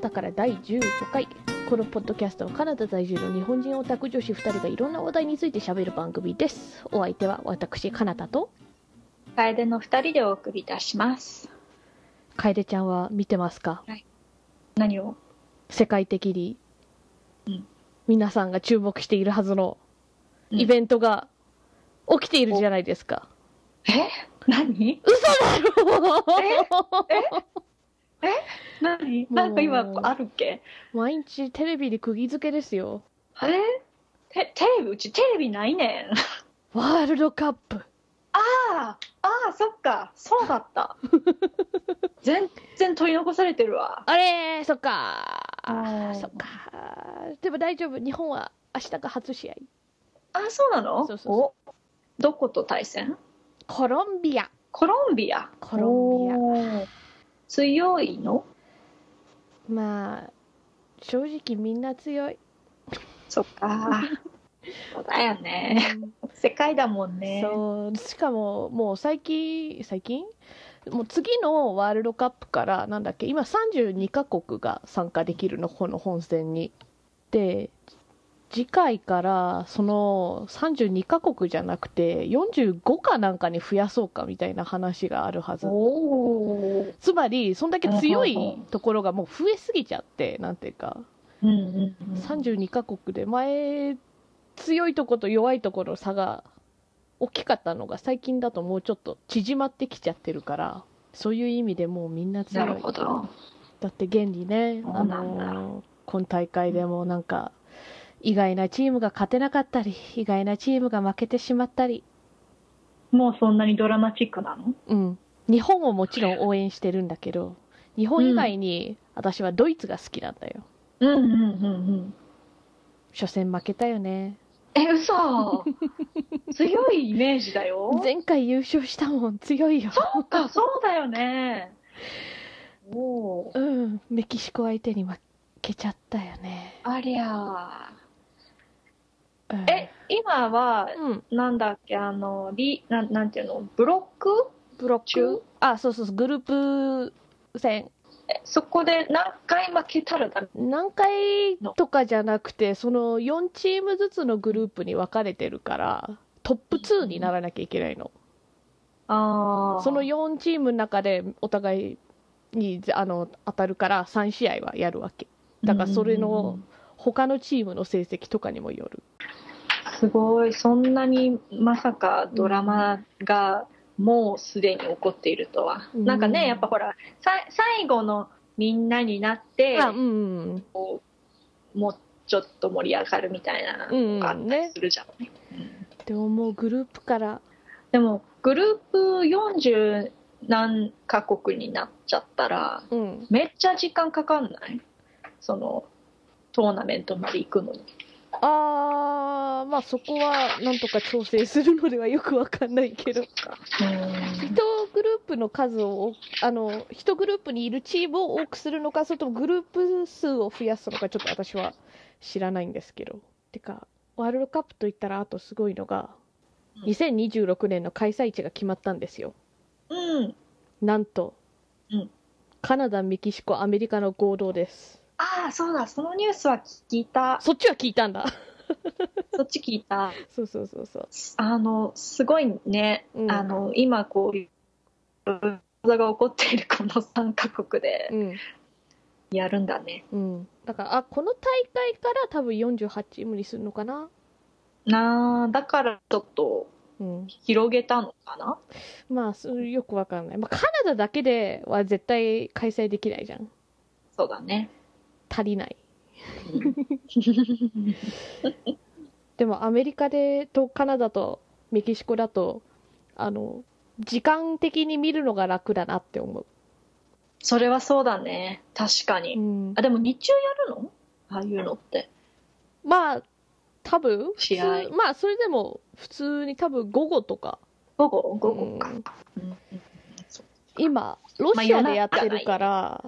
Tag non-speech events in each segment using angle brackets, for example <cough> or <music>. タから第15回このポッドキャストはカナダ在住の日本人オタク女子2人がいろんな話題についてしゃべる番組ですお相手は私カナダと楓の二人でお送りいたします。楓ちゃんは見てますか何を世界的に、うん皆さんが注目しているはずのうんイベントが起きているじゃないですか、え <laughs> 何何なんか今もうあるっけ <laughs> 毎日テレビで釘付けですよえテテレビうちテレビないねん。ワールドカップああああそっかそうだ <laughs> った。全然取り残されてるわ。あれーそっかあーーそっかーでも大丈夫日本は明日が初試合あそうなのそうそうそおどこと対戦コロンビアコロンビア。コロンビアア。強いのまあ正直みんな強 <laughs> い、そっ <laughs> か。そうだよね。世界だもんね。そうしかももう最近最近もう次のワールドカップからなんだっけ今32カ国が参加できるのこの本戦にで次回からその32カ国じゃなくて45かなんかに増やそうかみたいな話があるはずおお。つまりそんだけ強なるほいところがもう増えすぎちゃってなんていうかうんうんうん、 32カ国で前強いとこと弱いところの差が大きかったのが最近だともうちょっと縮まってきちゃってるからそういう意味でもうみんな強ないるほど。だって現にねそうあなんだの今大会でもなんか意外なチームが勝てなかったり意外なチームが負けてしまったりもうそんなにドラマチックなのうん日本をもちろん応援してるんだけど日本以外に私はドイツが好きなんだようんうんうんうん。初戦負けたよねえ、 <laughs> 嘘強いイメージだよ。前回優勝したもん強いよそうか、そうだよね。おお。うん、メキシコ相手に負けちゃったよね。ありゃうんー。え、、今は、うん、なんだっけ、あの、リ、なん、なんていうの、ブロックブロッ中クあ、そうそうそう、グループ戦。えそこで何回負けたらダメ。何回とかじゃなくて、その4チームずつのグループに分かれてるから、トップ2にならなきゃいけないの。ああ。その4チームの中でお互いにあの当たるから3試合はやるわけ。だからそれのうんうんうん他のチームの成績とかにもよる。すごい、そんなにまさかドラマがもうすでに起こっているとは。うんなんかね、やっぱほら、さ最後のみんなになって、あ、うん、こうもうちょっと盛り上がるみたいなうんのがあったりねするじゃん。って思うグループから、でも、グループ40何カ国になっちゃったら、うん、めっちゃ時間かかんないその、トーナメントまで行くのに。あー、まあそこはなんとか調整するのではよくわかんないけど、1グループの数を、あの、1グループにいるチームを多くするのか、それともグループ数を増やすのか、ちょっと私は知らないんですけど。てか、ワールドカップといったら、あとすごいのが、うん2026年の開催地が決まったんですよ。うん。なんと、うんカナダ、メキシコ、アメリカの合同です。ああ、そうだ、そのニュースは聞いた。そっちは聞いたんだ。そっち聞いた。 <laughs> そうそうそうそう。あのすごいね、うんあの今こういう技が起こっているこの3カ国でうん。やるんだね。うん、だからあこの大会から多分48チームにするのかな、なあだからちょっとうん、広げたのかなまあそうよくわかんない、まあ、カナダだけでは絶対開催できないじゃんそうだね。足りないでもアメリカでとカナダとメキシコだとあの時間的に見るのが楽だなって思それはそうだね確かう、うに。んあ、でも日中やるのああいうのって。まあ多分普通試合まあそれでも普通に多分午後とか午後午後か。うんうん今ロシアでやってるから、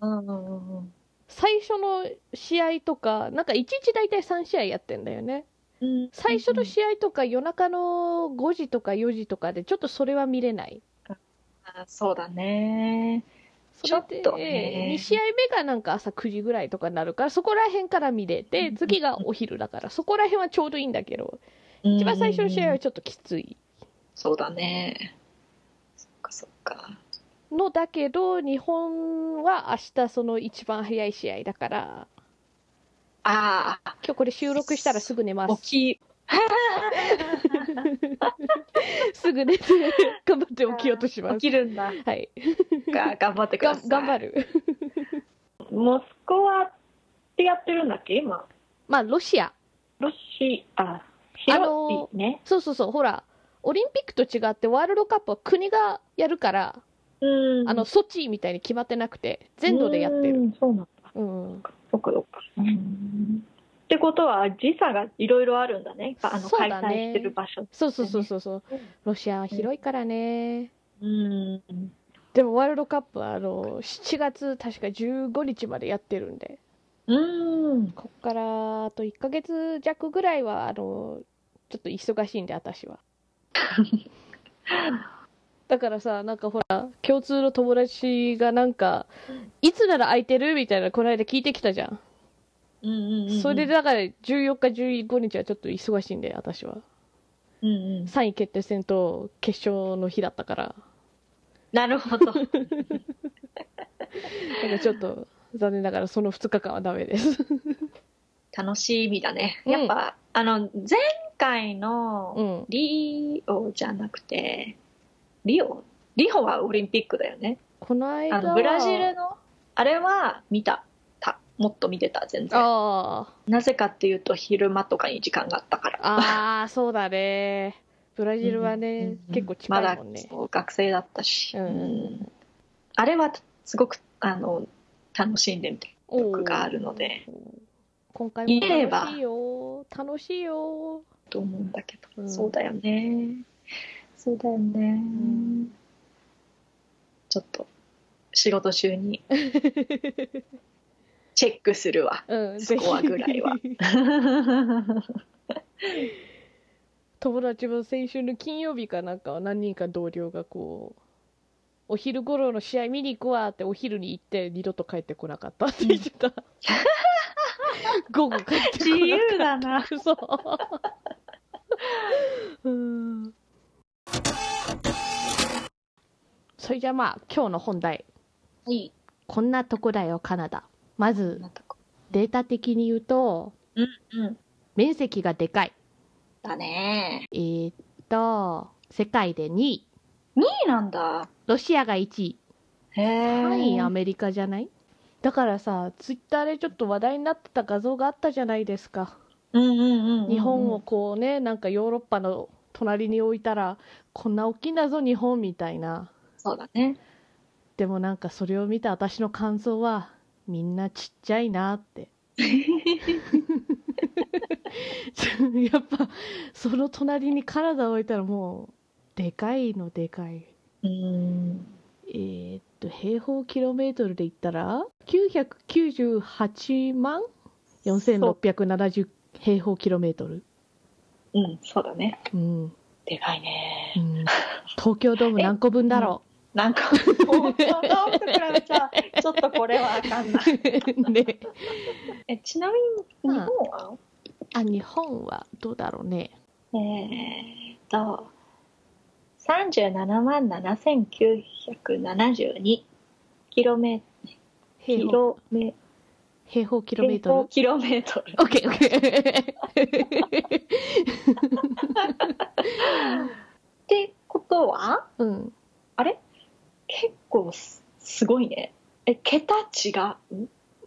うんうんうん最初の試合とか、なんか一日大体3試合やってんだよね。うん最初の試合とか夜中の5時とか4時とかで、ちょっとそれは見れない。あそうだね。それでちょっとね2試合目がなんか朝9時ぐらいとかになるからそこら辺から見れて次がお昼だからそこら辺はちょうどいいんだけど一番最初の試合はちょっときついそうだねそっかそっかのだけど日本は明日その一番早い試合だからああ今日これ収録したらすぐ寝ます大きいすぐ寝て頑張って起きようとしま起すきるんだはいが頑張ってくがださいん頑張るモスクワってやってるんだっけ今まあロシアロシアあの広いねそうそうそうほらオリンピックと違ってワールドカップは国がやるからうんあのソチみたいに決まってなくて全土でやってうるんそうなんだうんそっかそっかうんってことは時差がいろいろあるんだねあのそう開だね催してる場所そうそうそうそうそううんロシアは広いからねうんでもワールドカップはあの7月確か15日までやってるんでうんこっからあと1ヶ月弱ぐらいはあのちょっと忙しいんで私 <laughs> はだからさなんかほら共通の友達がなんかいつなら空いてるみたいなこの間聞いてきたじゃんうんうんうんうんそれでだから14日15日はちょっと忙しいんで私はうん <laughs> うん3位決定戦と決勝の日だったからなるほどだからちょっと残念ながらその2日間はダメです楽しみだねうんやっぱ、あの前回のうんリオじゃなくてリオリオはオリンピックだよねこの間あはのブラジルのあれは見たたもっと見てた全然ああなぜかっていうと昼間とかに時間があったからああ、そうだね。ブラジルはうんねうん、うん結構ま近いだもんね。そう学生だったし、うんうんあれはすごくあの楽しんでみた曲があるのでおー。今回言えもば楽しいよ。楽しいよ。と思うんだけど、うんそうだよねそうだよね、んちょっと仕事中 <laughs> にチェックするわうん、スコアぐらいは。 <laughs> 友達も先週の金曜日かなんかは何人か同僚がこう、お昼頃の試合見に行くわってお昼に行って二度と帰ってこなかったって言ってた。午後帰ってこなかった。自由だなくそ。うん。それじゃあまあ今日の本題いいこんなとこだよカナダまずなんかこデータ的に言うとううん面積がでかいだねえーっと世界で2位いいなんだロシアが1位へえ3位アメリカじゃないだからさツイッターでちょっと話題になってた画像があったじゃないですかうんうんうんうん日本をこうねなんかヨーロッパの隣に置いたらこんな大きなぞ日本みたいなそうだねでもなんかそれを見た私の感想はみんなちっちゃいなってやっぱその隣にカナダを置いたらもうでかいのでかいうんえーっと平方キロメートルで言ったら998万4670平方キロメートルうんそうだねうんでかいねうん東京ドーム何個分だろなん <laughs> か東京ドームと比べちゃちょっとこれはあかんなう。 <laughs> ね、えちなみに日本は、あ日本はどうだろうね。えーっと37万7972キロメ平キ方ロメ平方キロメートル。キロメートルオッケーオッケー。ってことはうん。あれ結構すすごいねえ桁違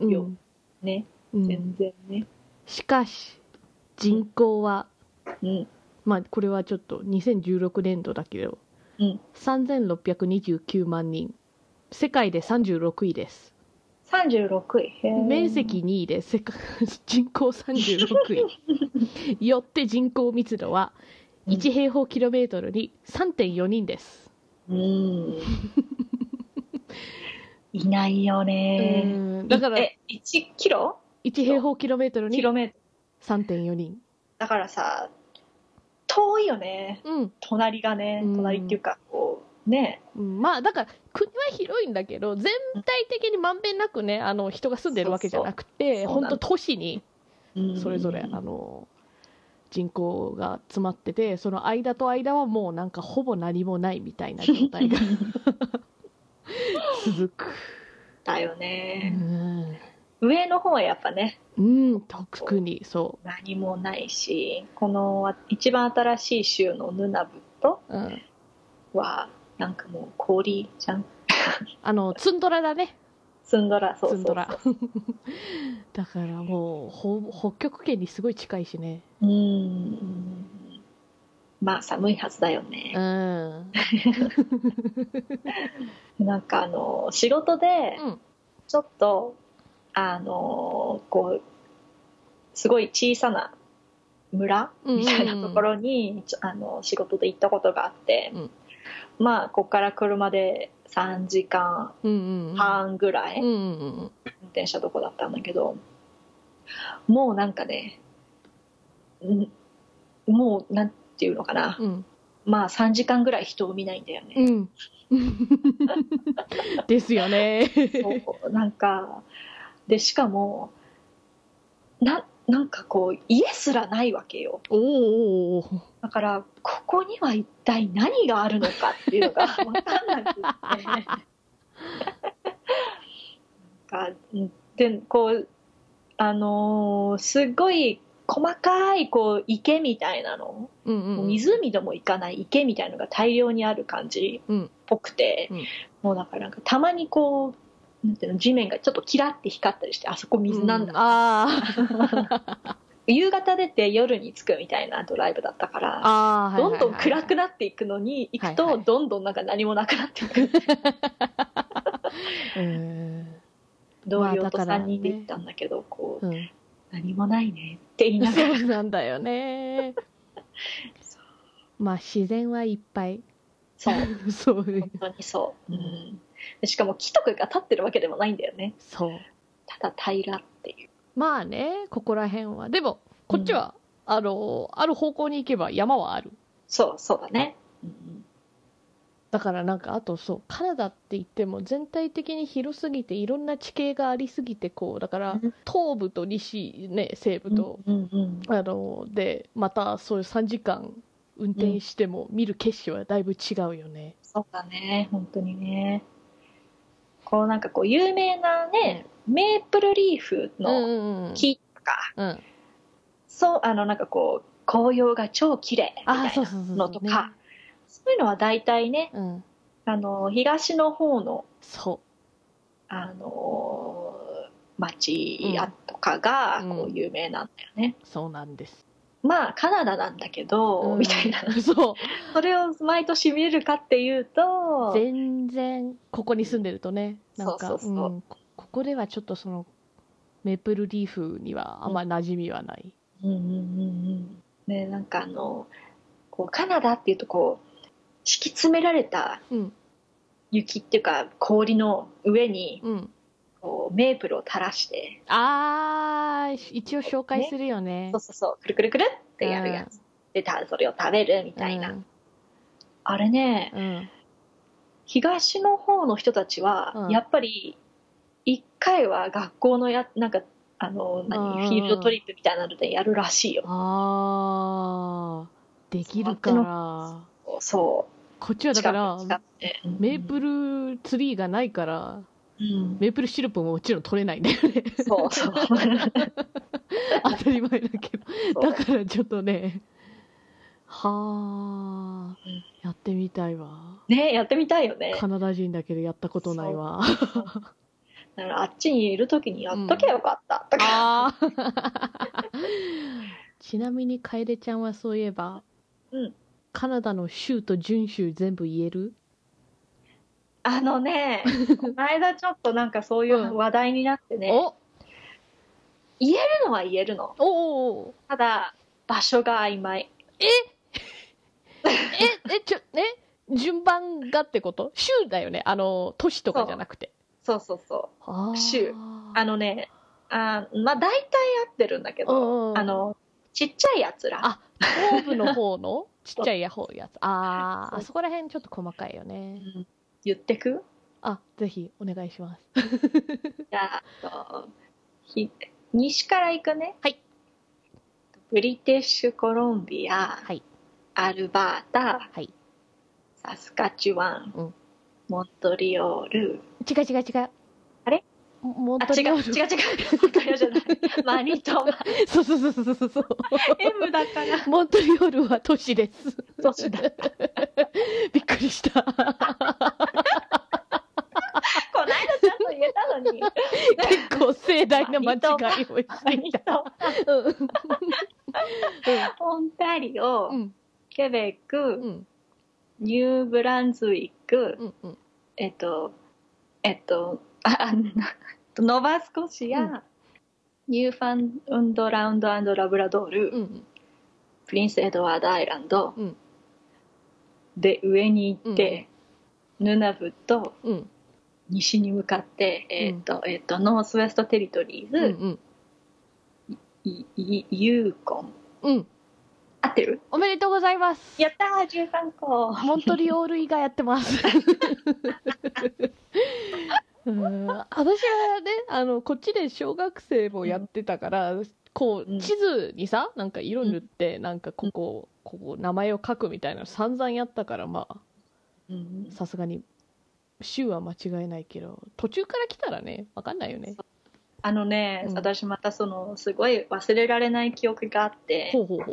ううんねうん全然ねしかし人口は、うんまあこれはちょっと2016年度だけど、うん3629万人世界で36位です36位へー面積2位で世界 <laughs> 人口36位 <laughs> よって人口密度はうん1平方キロメートルに3.4人です、うん <laughs> いないよねうんだからえ1キロ1平方キロメートルキにロメートル3.4人だからさ遠いよねうん隣がねうん隣っていうかこうねうんまあだから国は広いんだけど全体的にまんべんなくねあの人が住んでるわけじゃなくてそうそうそう本なの当都市にうんそれぞれあの人口が詰まっててその間と間はもうなんかほぼ何もないみたいな状態 <laughs> が続くだようね、ん、上の方はやっぱねうん、特にそ何もないしこの一番新しい州のヌナブトう、うん、はなんかもう氷じゃんあのツンドラだねツンドラそうそツうンドラ <laughs> だからもうほ北極圏にすごい近いしねうんまあ寒いはずだようね、んなんかあの仕事でうんちょっと、あのこうすごい小さな村うんうんうんみたいなところに、ちょあの仕事で行ったことがあって、うんまあここから車で3時間うんうん半ぐらいうんうんうん運転したとこだったんだけどもうなんかねんもうなんていうのかな、うんまあ3時間ぐらい人を見ないんだよね、うん <laughs> ですよねそうなんかでしかもななんかこう家すらないわけよおーおーおーだからここには一体何があるのかっていうのが分かんなくってなんかうんでこうあのーすごい細かいこう池みたいなの、うんうんうん湖でも行かない池みたいのが大量にある感じうんっぽくて、うんもうだからなんかたまにこうなんていうの地面がちょっとキラって光ったりしてあそこ水なんだ、うあー夕方出て夜に着くみたいなドライブだったからあーはいどはいんはいどん暗くなっていくのに行くはいとはいどんどんなんか何もなくなっていくうん同僚とまあだからね3人で行ったんだけどこううん何もないねって言いながそら <laughs> うなんだよねそまあ自然はいっぱい <laughs> そうそういう本当にそう、うん、でしかも木とかが立ってるわけでもないんだよねそうただ平らっていうまあねここら辺はでもこっちは、あのある方向に行けば山はあるそうそうだね、うんだからなんかあとそうカナダって言っても全体的に広すぎていろんな地形がありすぎてこうだからうん東部と西ね西部と、うんうんあのでまたそういう3時間運転しても見る景色はだいぶ違うよね。そうだね本当にねこうなんかこう有名なねメープルリーフうんのうんうん木とか、うん、そうあのなんかこう紅葉が超綺麗みあたあいそうなそうそうのそとう、ねかそういうのは大体ねうん、あの東の方の、そあの町やとかがうんこう有名なんだよね、うそうなんです。まあカナダなんだけど、うんみたいなそうそれを毎年見るかっていうと全然ここに住んでるとねなんかそうそうそううんこここではちょっとそのメープルリーフにはあんま馴染みはない。うんうんうんうんねなんかあのこうカナダっていうとこう敷き詰められたうん雪っていうか氷の上にうんこうメープルを垂らしてあー一応紹介するよねそうそうそうくるくるくるってやるやつ、でたそれを食べるみたいな、うんあれねうん東の方の人たちはうんやっぱり一回は学校のやなんかあのうんうんう何んフィールドトリップみたいなのでやるらしいよあーできるからそこっちうはだから近くってうんメープルツリーがないからうんメープルシロップももちろん取れないんだよねそ <laughs> うそう当たり前だけどだからちょっとねはあうんやってみたいわねやってみたいよ <laughs> ねカナダ人だけどやったことないわだからあっちにいる時にやっときゃよかったとか、あ <laughs> ーちなみに楓ちゃんはそういえば、うんカナダの州と準州全部言えるあのねこの間ちょっとなんかそういう話題になってね、お言えるのは言えるのおおただ場所が曖昧ええちょえ順番がってこと州だよねあの都市とかじゃなくてそうそうそうあー州あのね、あまあ大体合ってるんだけうんうんうど、んあの、ちっちゃいやつらあ東部の方のちっちゃいやほうやつあーあそこら辺ちょっと細かいようねん言ってくあぜひお願いしますじゃああとひ西から行くねはいブリティッシュコロンビア、はいアルバータ、はいサスカチワン、うんモントリオール違う違う違うあれもモンあト違リオう違う違うールモントリオールじゃないマニトマ <laughs> そうそうそうそうそうそう M だ <laughs> からモントリオールは都市です都市だこびっくりしたの間ちゃんと言えたのに結構盛大な間違いをしマてニいたトうんマオンタリオ、うんケベック、うんニューブランズウィック、うんうんえっとえっとああのノバスコシア、うんニューファンドラウンドラブラドール、うんプリンス・エドワード・アイランド、うんで上に行って、ヌナブとうん西に向かって、えっとえっとノースウェスト・テリトリうんうーズ、んいいユーコンうん合ってるおめでとうございますやったー13個モントリオール以外やってます。うん私はねあのこっちで小学生もやってたから、こうんう地図にさなんか色塗って、なんかここここ名前を書くみたいなの散々やったからまあうんさすがに州は間違えないけど途中から来たらねわかんないよねあのね、うん私またそのすごい忘れられない記憶があってほうほうほ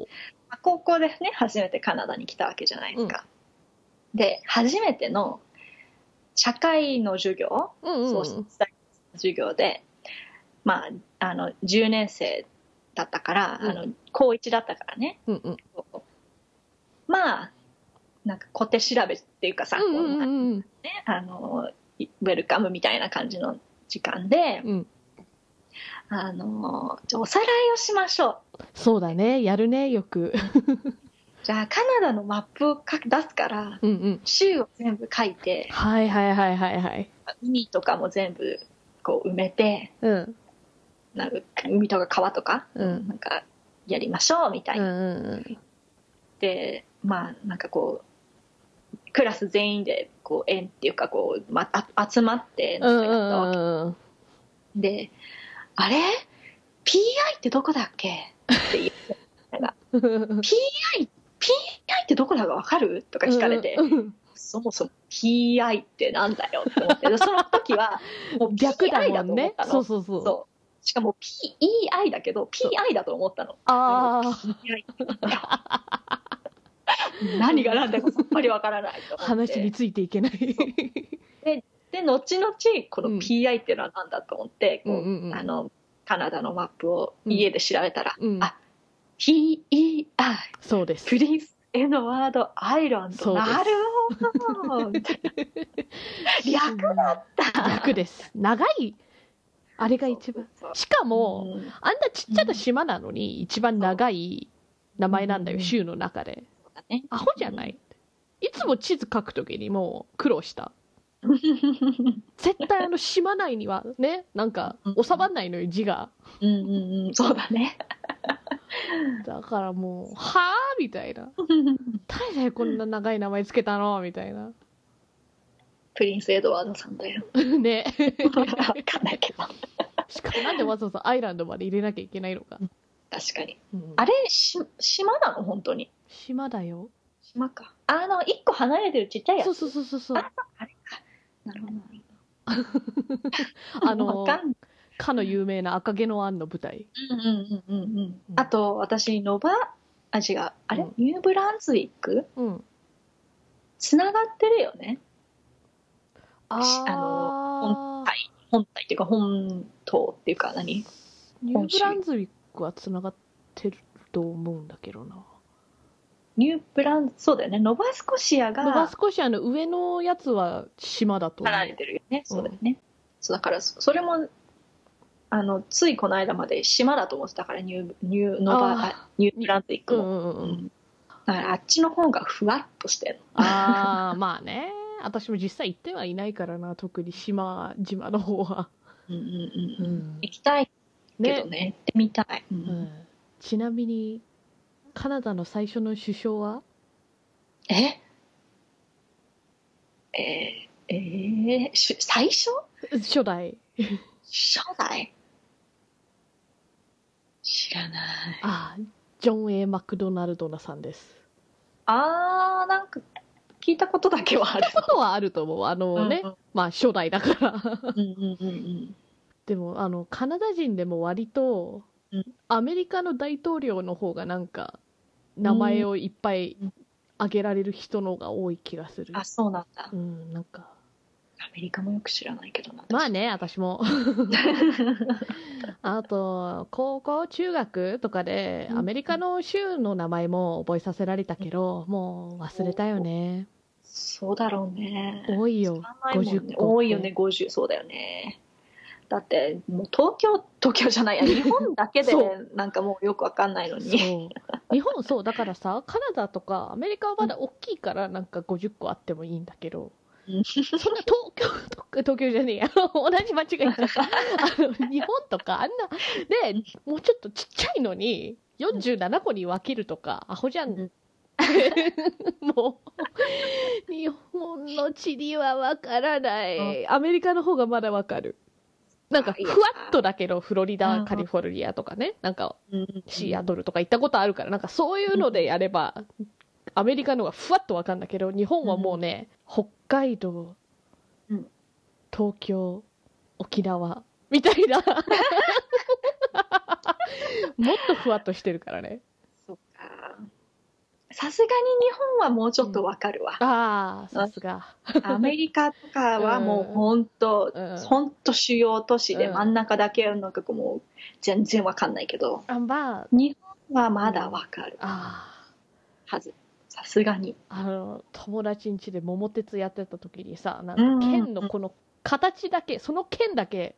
まあ高校でね初めてカナダに来たわけじゃないですか、で初めての社会の授業、ううんうんそううん授業でまああの10年生だったから、うんあの高1だったからねうんうんこうまあなんか小手調べっていうかさ、うんうんうこうんうんあのウェルカムみたいな感じの時間で、うんあのじゃあおさらいをしましょうそうだねやるねよくじゃあカナダのマップをか出すからうんうん州を全部書いてはいはいはいはいはい海とかも全部こう埋めてうんなんか海とか川とか、うんなんかやりましょうみたいうんな、うんうんでまあなんかこうクラス全員でこう園っていうかこう、ま、あ集まってうなんんかやったわけうんうんで「あれ ?PI ってどこだっけ?」って言ってうん。 「PI, PI ってどこだか分かる?」とか聞かれて。うんそもそも PI ってなんだよって思って、でその時 <laughs> は、もう逆だ PI もんねだ。とそ思うそうったのそう。そうしかも PEI だけど、PI だと思ったの。ああ、 PI ってなんだよ <laughs> 何が何だかさっぱりわからないと思っ <laughs> 話にて。ついていけない。で、後々、このうん PI ってのは何だと思って、こううんうんうんあの、カナダのマップをうん家で調べたら、うんあ PEI、そうですプ。リンス・エドワード・アイランそうド。ですなるほどみたい <laughs> な略だっだ略です。長い。あれが一番。そうしかそうも、うんあんなちっちゃな島なのに、一番長い名前なんだよ、うん州の中で。だねアホじゃないいつも地図書くときにもう苦労した。絶対あの島内にはね、なんか収まんないのよ、字が。うんうんうんそうだねだからもう、はぁみたいな。誰だよこんな長い名前つけたのみたいな <laughs> プリンス・エドワードさんだよねわかんないけどしかもなんでわざわざアイランドまで入れなきゃいけないのか、確かにうんあれし島なの本当に島だよ島かあの一個離れてるちっちゃいやつそうそうそうそうそうあれかなるほどなるほどあのわかんないかの有名な赤毛のアンの舞台うんうんうんうんうんうんあと私ノバあ違うあれ、うんニューブランズウィックうんつながってるよねあしあのはい本体っていうか本島っていうか何ニューブランズウィックはつながってると思うんだけどなニューブランそうだよねノバスコシアがノバスコシアの上のやつは島だと思離れうてるよねそうだよね、そうだからそそれもあのついこの間まで島だと思ってたからニューニューノバあーあニューブランズ行くうの、んうんうんううんんだからあっちの方がふわっとしてるああ <laughs> まあね私も実際行ってはいないからな特に島島の方は、うんうんうんん行きたいけどね行ってみたい、うんうんちなみにカナダの最初の首相はええー、えー、し最初初代初代知らない。ああジョン・ A ・マクドナルドナさんですあー、なんか、聞いたことだけは <laughs> ある。ことはあると思うあのね、うんまあ初代だからうんうんうんでもあのカナダ人でも割と、うんアメリカの大統領の方がなんか名前をいっぱいうん挙げられる人の方が多い気がするあ、そうなんだ。うんなんかアメリカもよく知らないけどな。まあね私 <laughs> もあと高校中学とかでうんアメリカの州の名前も覚えさせられたけどもう忘れたよねそうだろうね。多いよ知らないもんね50個多いよね、50。そうだよね。だって、もう東京、東京じゃないや、日本だけでそなんかもうよくわかんないのそうに。日本そうだからさカナダとかアメリカはまだ大きいからなんか50個あってもいいんだけどうんそんな東京とか東京じゃねえや同じ間違えちゃったあの日本とかあんなでもうちょっとちっちゃいのに47個に分けるとかアホじゃんうん <laughs> もう、日本の地理はわからない。うアメリカの方がまだわかる。なんか、あいふいわなっとだけど、フロリうダ、んカリフォルニアとかね、なんか、シアうんトルとか行ったことあるから、なんかそういうのでやれば、アメリカの方がふわっとわかるんだけど、日本はもうね、北海道うん、東京、沖縄、みたいな。もっとふわっとしてるからね。そっか。さすがに日本はもうちょっとわかるわ。ああ、さすが。アメリカとかはもう本当、うん本当主要都市でうん真ん中だけなんかこうもう全然わかんないけど、あまあ、日本はまだわかるああ。はず。さすがに。あの友達ん家で桃鉄やってた時にさなうんんうんうかん剣のこの形だけその剣だけ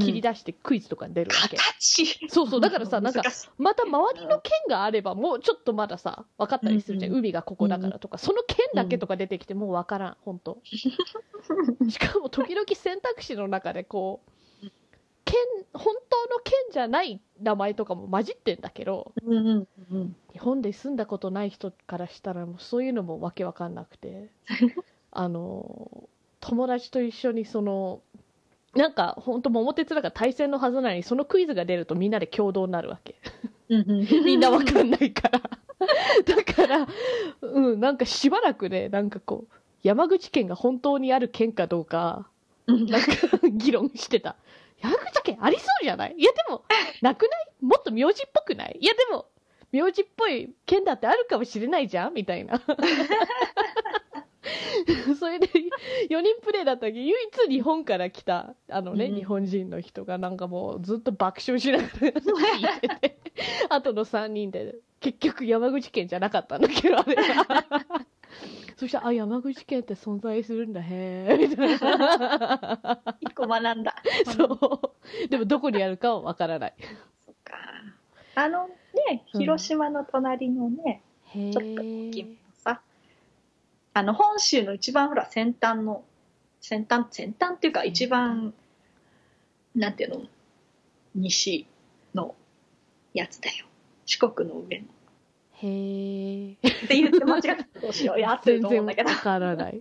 切りだ出してクイズとか出るわけ、形そう <laughs> そうだからさなんか難しいまた周りの剣があればもうちょっとまださ分かったりするじゃん、うん海がここだからとかその剣だけとか出てきてもう分からん本当しかも時々選択肢の中でこう剣本当の剣じゃない名前とかも混じってんだけどうんうんうん日本で住んだことない人からしたらもうそういうのもわけわかんなくてあの友達と一緒にそのなんか本当桃鉄だから対戦のはずなのにそのクイズが出るとみんなで共同になるわけうんうん <laughs> みんなわかんないから <laughs> だからうんなんかしばらくねなんかこう山口県が本当にある県かどうか <laughs> うんなんか議論してた山口県ありそうじゃないいやでもなくないもっと名字っぽくないいやでも名字っぽい県だってあるかもしれないじゃんみたいな <laughs> それで4人プレイだったけど唯一日本から来たあのね、うん日本人の人がなんかもうずっと爆笑しながら聞いててあとの3人で結局山口県じゃなかったんだけどあれ <laughs> はそしたら「あ山口県って存在するんだへ <laughs> え」みたいな。一個学んだ。そう。でもどこにあるかはわからない。そっか。あのね、うん広島の隣のね、へちょっと大きいものさ、あの本州の一番ほら先端の先端先端っていうか一番、なんていうの西のやつだよ四国の上のへえ。って言って間違ったどうしようやってる全と思う然んだわけ <laughs> どからない。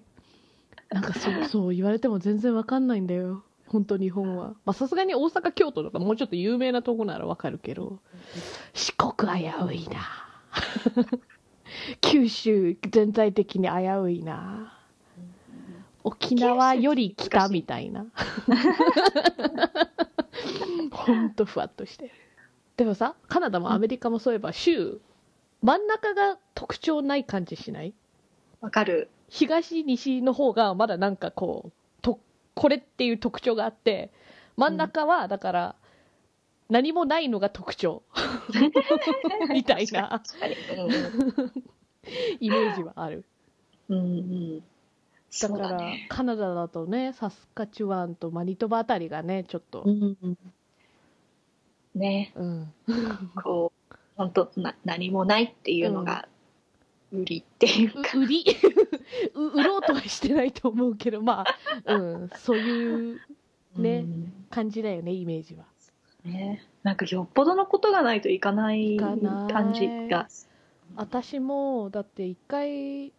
なんかそうそう言われても全然わかんないんだよ。本当日本は。まあさすがに大阪、京都とかもうちょっと有名なとこならわかるけど、四国危ういな。九州全体的に危ういな。沖縄より北みたいなほんとふわっとしてるでもさカナダもアメリカもそういえば州真ん中が特徴ない感じしないわかる東西の方がまだなんかこうとこれっていう特徴があって真ん中はだから何もないのが特 <laughs> 徴みたいな確かにうんイメージはあるうんうんだそうかだらねカナダだとねサスカチュワンとマニトバあたりがねちょっと、うんうんねうん、こう本当な何もないっていうのが売りっていうか、う売り <laughs> う売ろうとはしてないと思うけどまあ、うん、そういうねうん感じだよねイメージはね、なんかよっぽどのことがないといかないいかない感じが私もだって一回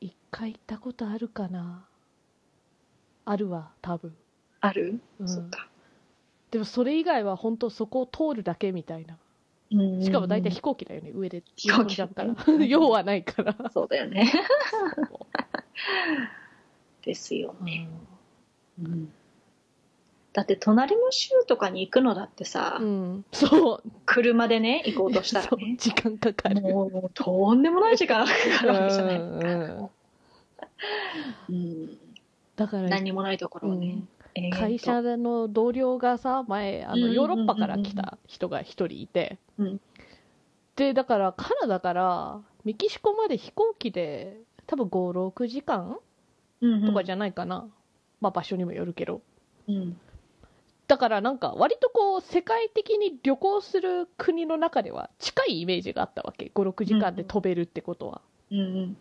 一回行ったことあるかなあるわ多分、ある、うんそっか、でもそれ以外は本当そこを通るだけみたいなうんしかも大体飛行機だよね、上で飛飛行機んじゃったら <laughs> 用はないから、そうだよね <laughs> ですようね、んだって隣の州とかに行くのだってさ、うん、そう車でね行こうとした <laughs> らそうね時間かかるもうもうとんでもない時間がかかるわけじゃない、うんうんうん、だから何もないところをね、延々と会社の同僚がさ前あうんうんうんのうんヨーロッパから来た人が一人いて、うんでだからカナダからメキシコまで飛行機で多分56時間とかじゃないかな、まあ場所にもよるけどうんうんだからなんか割とこう世界的に旅行する国の中では近いイメージがあったわけ56時間で飛べるってことは、うんうん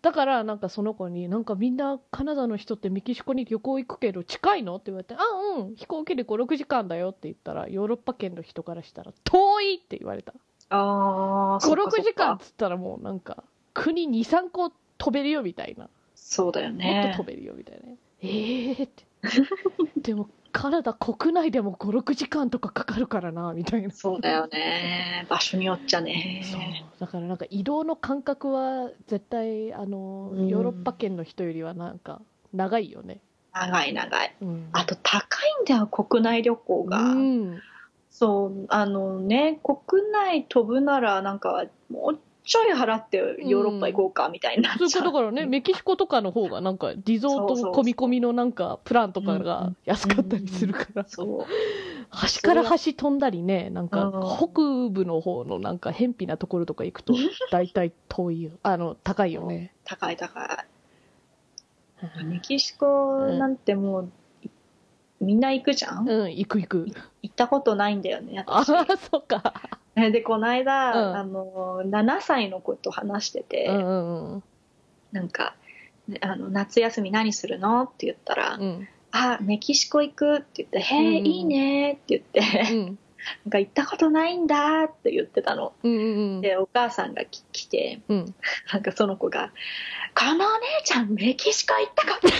だからなんかその子になんかみんなカナダの人ってメキシコに旅行行くけど近いのって言われて「あうん飛行機で56時間だよ」って言ったらヨーロッパ圏の人からしたら「遠い!」って言われたああ56時間っつったらもうなんか国23個飛べるよみたいなそうだよもっねと飛べるよみたいな、ええー、ってでもカナダ国内でも56時間とかかかるからなみたいなそうだよね場所によっちゃねそうだからなんか移動の感覚は絶対あのうんヨーロッパ圏の人よりはなんか長いよね、長い長いうん、あと高いんだよ国内旅行が、うんそうあのね国内飛ぶならなんかもうちょい払ってヨーロッパ行こうかみたいになっそういうちゃこう、とだからねメキシコとかの方がなんかリゾーそうそうそトう込み込みのなんかプランとかうんうがん安かったりするからそう端から端飛んだりねなんうかん北部の方のなんか偏僻なところとか行くと大体遠いよあの高いよね高い高いメキシコなんてもう、みんな行くじゃん、うん行く行く行ったことないんだよねああ私そうかでこの間、うんあの7歳の子と話してて、うんうんなんかねあの夏休み何するのって言ったら「うんあメキシコ行く」って言って「へえ、うんいいね」って <laughs> 言ってうんなんか行ったことないんだって言ってたのうんうんでお母さんがき来てうんうんなんかその子が「このお姉ちゃんメキシコ行ったことない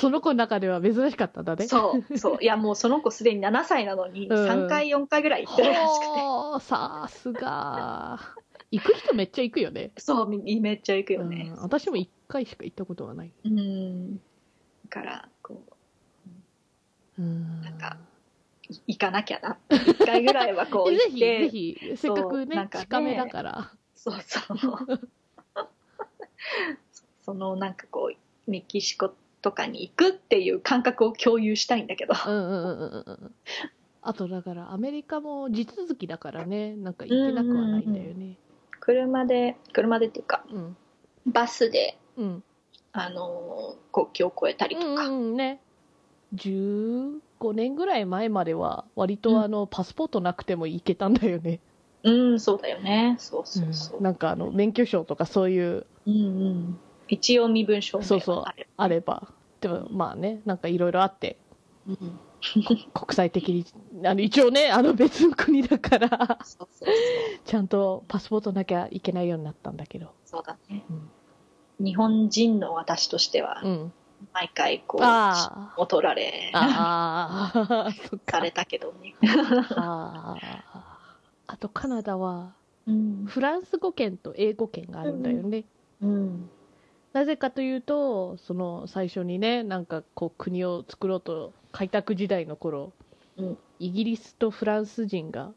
その子の中では珍しかったんだねそうそういやもうその子すでに7歳なのにうん3回4回ぐらい行ってるらしくて、ほーさすが行く人めっちゃ行くよねそうみめっちゃ行くよね、うん、私も1回しか行ったことがないうんだからこうんなんかうい行かなきゃな1回ぐらいはこうえ行ぜっひてぜひせっかくなねんかね近めだからそうそう。 <laughs> そのなんかこうメキシコとかに行くっていう感覚を共有したいんだけど。うんうんうんうんうんあとだからアメリカも地続きだからねなんか行けなくはないんだよね車で車でっていうかうんバスでうんあのー国境を越えたりうとんか。うんね15年ぐらい前までは割とあのパスポートなくても行けたんだよね、うん、そうだよね。そうそうそう。なんかあの免許証とかそういううんうん。一応身分証明そうそうがあればあればでもまあねなんかいろいろあってうん国際的にあの一応ねあの別の国だからそうそうそう。ちゃんとパスポートなきゃいけないようになったんだけど、そうだねうん。日本人の私としてはうん、毎回こうあ劣られあああそっさかれたけどね。あああとカナダはうん。フランス語圏と英語圏があるんだよね、うん。なぜかというとその最初にねなんかこう国を作ろうと開拓時代の頃、うんイギリスとフランス人が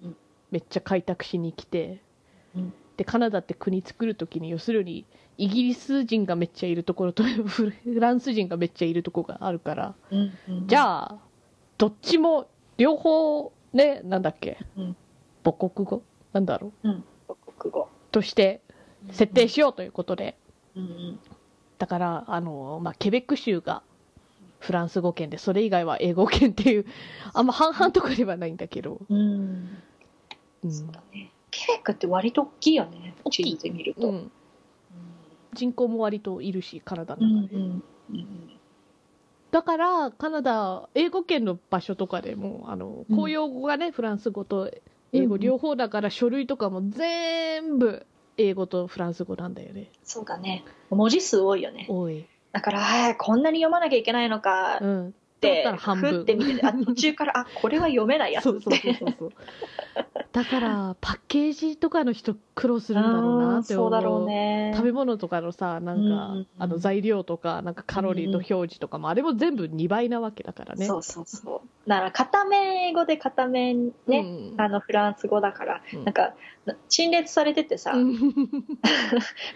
うんめっちゃ開拓しに来て、うんでカナダって国作る時に要するにイギリス人がめっちゃいるところとフランス人がめっちゃいるところがあるから、うんうんじゃあどっちも両方ねなんだっけ、うん母国語なんだろう国語として設定しようということで。うんうんだからあの、まあ、ケベック州がフランス語圏でそれ以外は英語圏っていうあんま半々とかではないんだけど、うんうんそうだねケベックって割と大きいよね大きい地図で見るうとん人口も割といるしカナダうのん中で、うんうんだからカナダ英語圏の場所とかでもあのうん公用語がね、フランス語と英う語ん両方だから書類とかも全部英語とフランス語なんだよねそうだね文字数多いよね多い、だからあーこんなに読まなきゃいけないのかうっん、って思ってたら半ふ分って見ててあ途中からあこれは読めないやつそっうそうそうてそうそうだからパッケージとかの人苦労するんだろうなって思そうだろうね食べ物とかのさなんか、うんうんうんあの材料とかなんかカロリーの表示とかも、あれも全部2倍なわけだからねそうそうそうだから片面英語で片面ね、うんあのフランス語だから、うんなんかな陳列されててさ、うん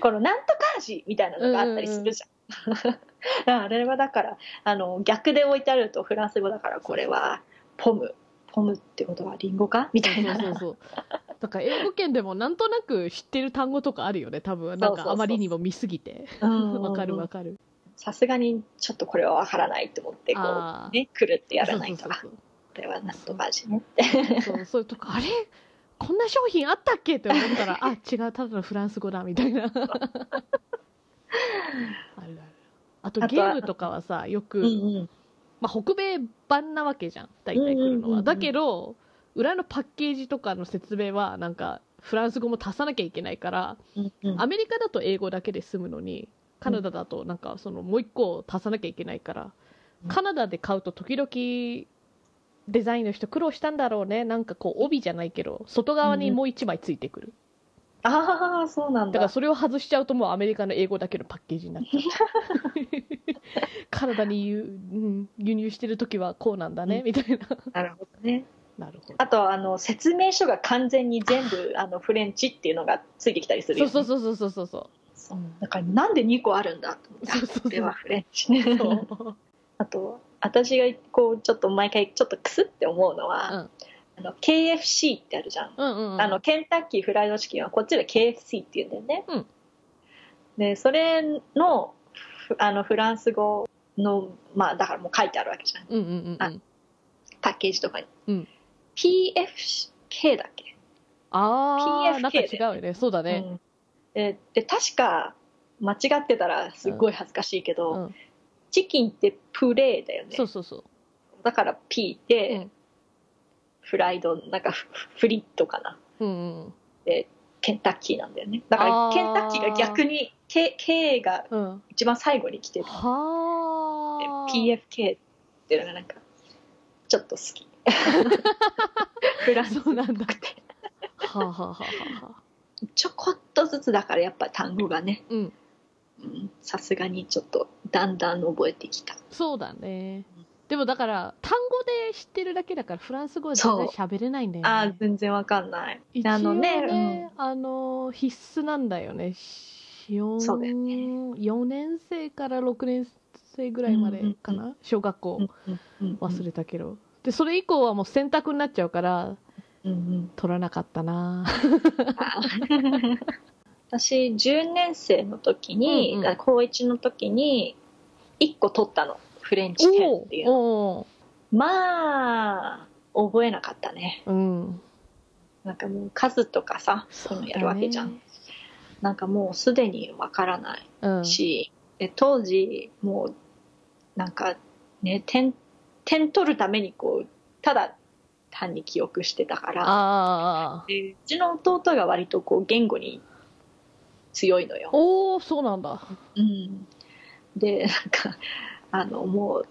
このなんとか味みたいなのがあったりするじゃん。 <laughs> あれはだからあの逆で置いてあるとフランス語だからこれはポムポムってことはリンゴかみたいなそうそうそうそうだから英語圏でもなんとなく知ってる単語とかあるよね多分なんそうそうそかうあまりにも見すぎてうんわかるわかるさすがにちょっとこれはわからないと思ってこあうーねくるってやらないとそうあそうこれはなんとか味ねってそうそうそういうとかあれこんな商品あったっけって思った <laughs> らあ違うただのフランス語だみたいな <laughs> あるあるあとあとはゲームとかはさよく、うんまあ、北米版なわけじゃん大体来るのは、うんうんうんうんだけど裏のパッケージとかの説明はなんかフランス語も足さなきゃいけないから、うんうんアメリカだと英語だけで済むのにカナダだとなんかそのもう一個足さなきゃいけないから、うんカナダで買うと時々デザインの人苦労したんだろうねなんかこう帯じゃないけど外側にもう一枚ついてくる、ああそうなんだだからそれを外しちゃうともうアメリカの英語だけのパッケージになっちゃ <laughs> うカナダに輸,、うん、輸入してる時はこうなんだね、うんみたいななるほどねなるほどあとあの説明書が完全に全部あのフレンチっていうのがついてきたりするよ、そうね、そうそうそうそうそうそうだからなんで2個あるんだと思ってそうそうそうあこれはフレンチねそう <laughs> あと私がこうちょっと毎回ちょっとクスって思うのは、あの KFC ってあるじゃん、うんうんうんあのケンタッキーフライドチキンはこっちで KFC って言うんだよね、うんでそれのふあのフランス語のまあだからもう書いてあるわけじゃんうんうんうんうんパッケージとかに、うん、 PFK だっけああ PFK なんか違うよねそうだね、うんえで確か間違ってたらすっごい恥ずかしいけど、うんチキンってプレーだよねそうそうそうだから P で、うんフライドなんかフフリットかなうんでケンタッキーなんだよねだからあーケンタッキーが逆に K, K がうんうん一番最後に来てるではあ PFK っていうのがなんかちょっと <laughs> 好きフランスっぽそうなんだくてはあはあはあはあちょこっとずつだからやっぱ単語がねうんうんさすがにちょっとだんだん覚えてきたそうだねでもだから単語で知ってるだけだからフランス語は全然喋れないんだよねああ全然わかんない一あ応のねね、あの必須なんだよね4そうだよね4年生から6年生ぐらいまでかな、う小学校、忘忘れたけどでそれ以降はもう選択になっちゃうから取らなかったな <laughs> 私10年生の時に、うんうん高1の時に1個取ったのフレンチお10おっていうのおまあ覚えなかったねううんなんかもう数とかさそういうのやるわけじゃん、なんかもうすでにわからなうんいし、で当時もうなんかね点点取るためにこうただ単に記憶してたからああでうちの弟が割とこう言語に強いのよ、おおそうなんだうん、でなんかあのもう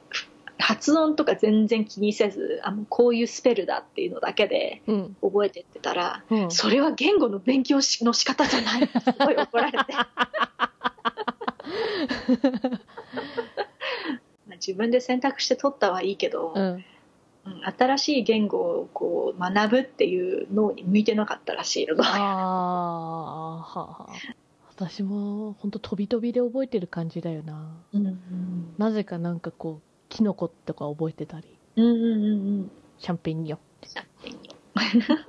発音とか全然気にせずあもうこういうスペルだっていうのだけでうん、覚えてってたらうん、それは言語の勉強しの仕方じゃないってすごい怒られて <laughs> まあ自分で選択して取ったはいいけど、うんうん新しい言語をこう学ぶっていう脳に向いてなかったらしいのああはあはあ私も本当飛び飛びで覚えてる感じだよなうんうんなぜかなんかこうキノコとか覚えてたりうんうんうんシャンペンようん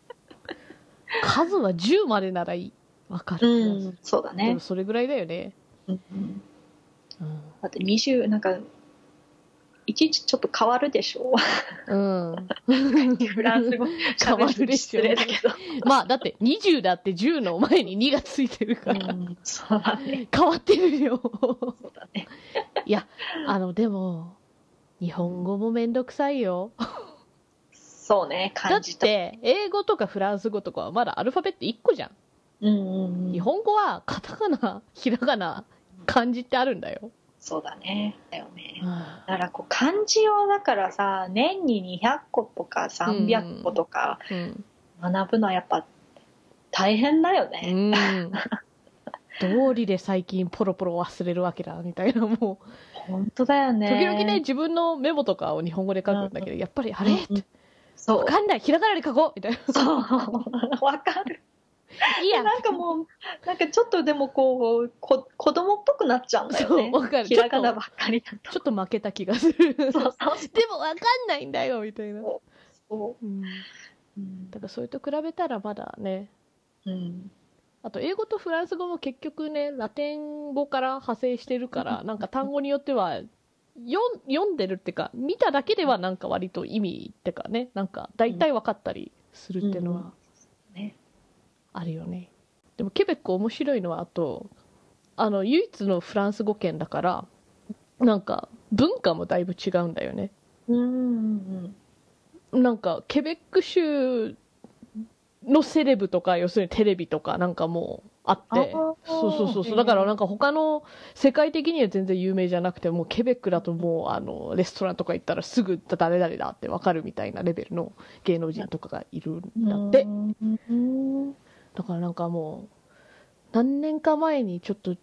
<laughs> 数は10までならいいわかる気がする、そうだでねも、それぐらいだよね、うんうんうんだって20なんかいちいちちょっと変わるでしょうん、 <laughs> フランス語変わる喋るででししょょ失礼だけど、まあだって20だって10の前に2がついてるから、そうだね変わってるよそうだねあのでも日本語もめんどくさいよ。そうねだっ感じたて、英語とかフランス語とかはまだアルファベット1個じゃん。うんうんう日ん本語はカタカナ、ひらがな、漢字ってあるんだよ。そうだねだよねはだからこう漢字をだからさ年に200個とか300個とかあうん。学ぶのはやっぱ大変だようね、ん。道理で最近ポロポロ忘れるわけだみたいなもう本当だよね時々ね自分のメモとかを日本語で書くんだけどやっぱりあれってうんそわうかんないひらがなで書こうみたいなそうわかるいいやなんかもうなんかちょっとでもこうこ子供っぽくなっちゃうんだよそうねわかるひらがなばっかりだとちょっと負けた気がするでそうもそうわかんないんだよみたいな、そうんう、うんだからそれと比べたらまだねうん、あと英語とフランス語も結局ねラテン語から派生してるからなんか単語によっては読ん読んでるってか見ただけではなんか割と意味ってかねなんか大体分かったりするっていうのうんうはねあるよねでもケベック面白いのはあとあの唯一のフランス語圏だからなんか文化もだいぶ違うんだよねうんうんなんかケベック州のセレブとか要するにテレビとかなんかもうあってあーそうそうそうへそうーだからなんか他の世界的には全然有名じゃなくてもうケベックだともうあのレストランとか行ったらすぐ誰々だってわかるみたいなレベルの芸能人とかがいるうんんだってうんうんだからなんかもう何年か前にちょっと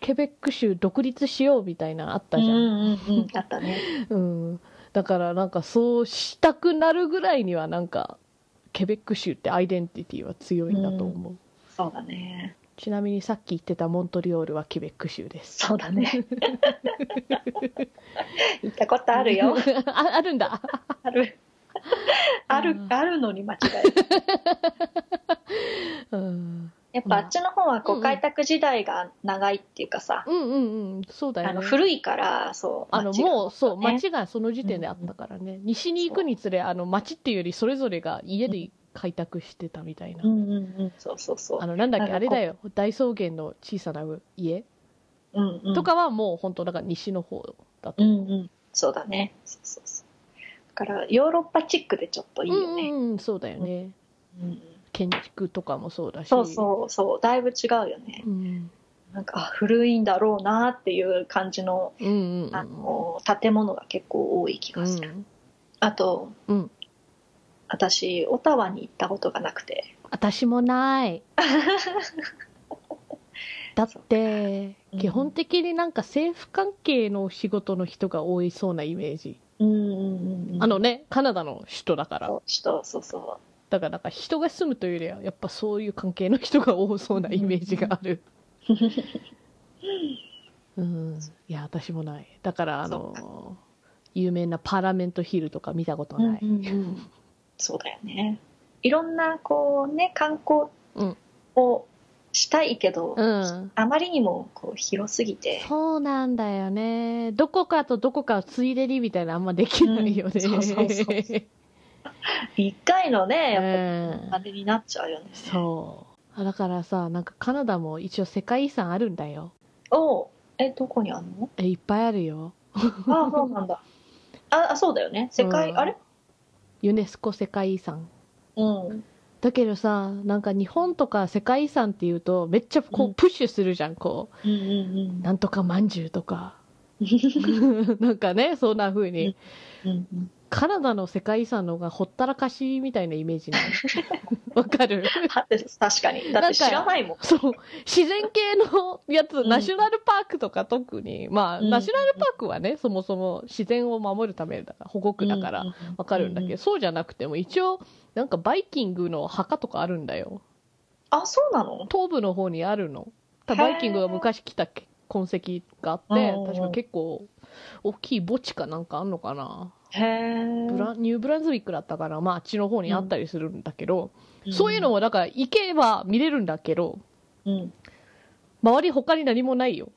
ケベック州独立しようみたいなのあったじゃん、うんうんうんあったねうん、だからなんかそうしたくなるぐらいにはなんかケベック州ってアイデンティティは強いんだと思う、そうだねちなみにさっき言ってたモントリオールはケベック州ですそう <laughs> だね行ったことあるよああるんだあるあるうんあるのに間違えるうんやっぱあっちの方はこうんううん開拓時代が長いっていうかさ、うんうんうんそうだよあねの古いからそうあの街がもうそうね町がその時点であったからね、西に行くにつれあの町っていうよりそれぞれが家で開拓してたみたいな、うんうんうんそうそうそうあのなんだっけあなんかれこうだよ大草原の小さな家うんうんとかはもう本当なんか西の方だとうんうんそうだねそうそうそうだからヨーロッパチックでちょっといいようね、んうんうんそうだよねうんうん建築とかもそうだしそうそうそうだいぶ違うよねうん、なんかあ古いんだろうなっていう感じのうんうんうんあの建物が結構多い気がする、うんあと、うん私オタワに行ったことがなくて私もない <laughs> だってうん基本的になんか政府関係の仕事の人が多いそうなイメージうんうんうんうんあのねカナダの首都だからそう人そうそうだからなんか人が住むというよりはやっぱそういう関係の人が多そうなイメージがあるうんいや私もないだからあの有名なパーラメントヒルとか見たことない、うんうんうんそうだよねいろんなこうね観光をしたいけど、うんあまりにもこう広すぎて、そうなんだよねどこかとどこかをついでにみたいなあんまできないよね、うんそうそうそう一回のねやうっんぱりあれになっちゃうよね、そうあだからさなんかカナダも一応世界遺産あるんだよおうえどこにあるのえいっぱいあるよあそうなんだああそうだよね世界、うんあれユネスコ世界遺産うんだけどさなんか日本とか世界遺産っていうとめっちゃこううんプッシュするじゃん、こうんうんううんなんとかまんじゅうとか <laughs> なんかねそんな風に、うんうんうんカナダの世界遺産の方がほったらかしみたいなイメージないわかるは確かにだって知らないもんそう自然系のやつ、うんナショナルパークとか特にまあ、うんナショナルパークはねそもそも自然を守るためだから保護区だからわかるんだけど、ううそうじゃなくても一応なんかバイキングの墓とかあるんだよあそうなの東部の方にあるのたへーバイキングが昔来たけ痕跡があっうんてうんうん確か結構大きい墓地かなんかあんのかなへえブランニューブランズウィックだったから、まあ、あっちの方にあったりするんだけど、そういうのもだから行けば見れるんだけどうん周り他に何もない <laughs> よ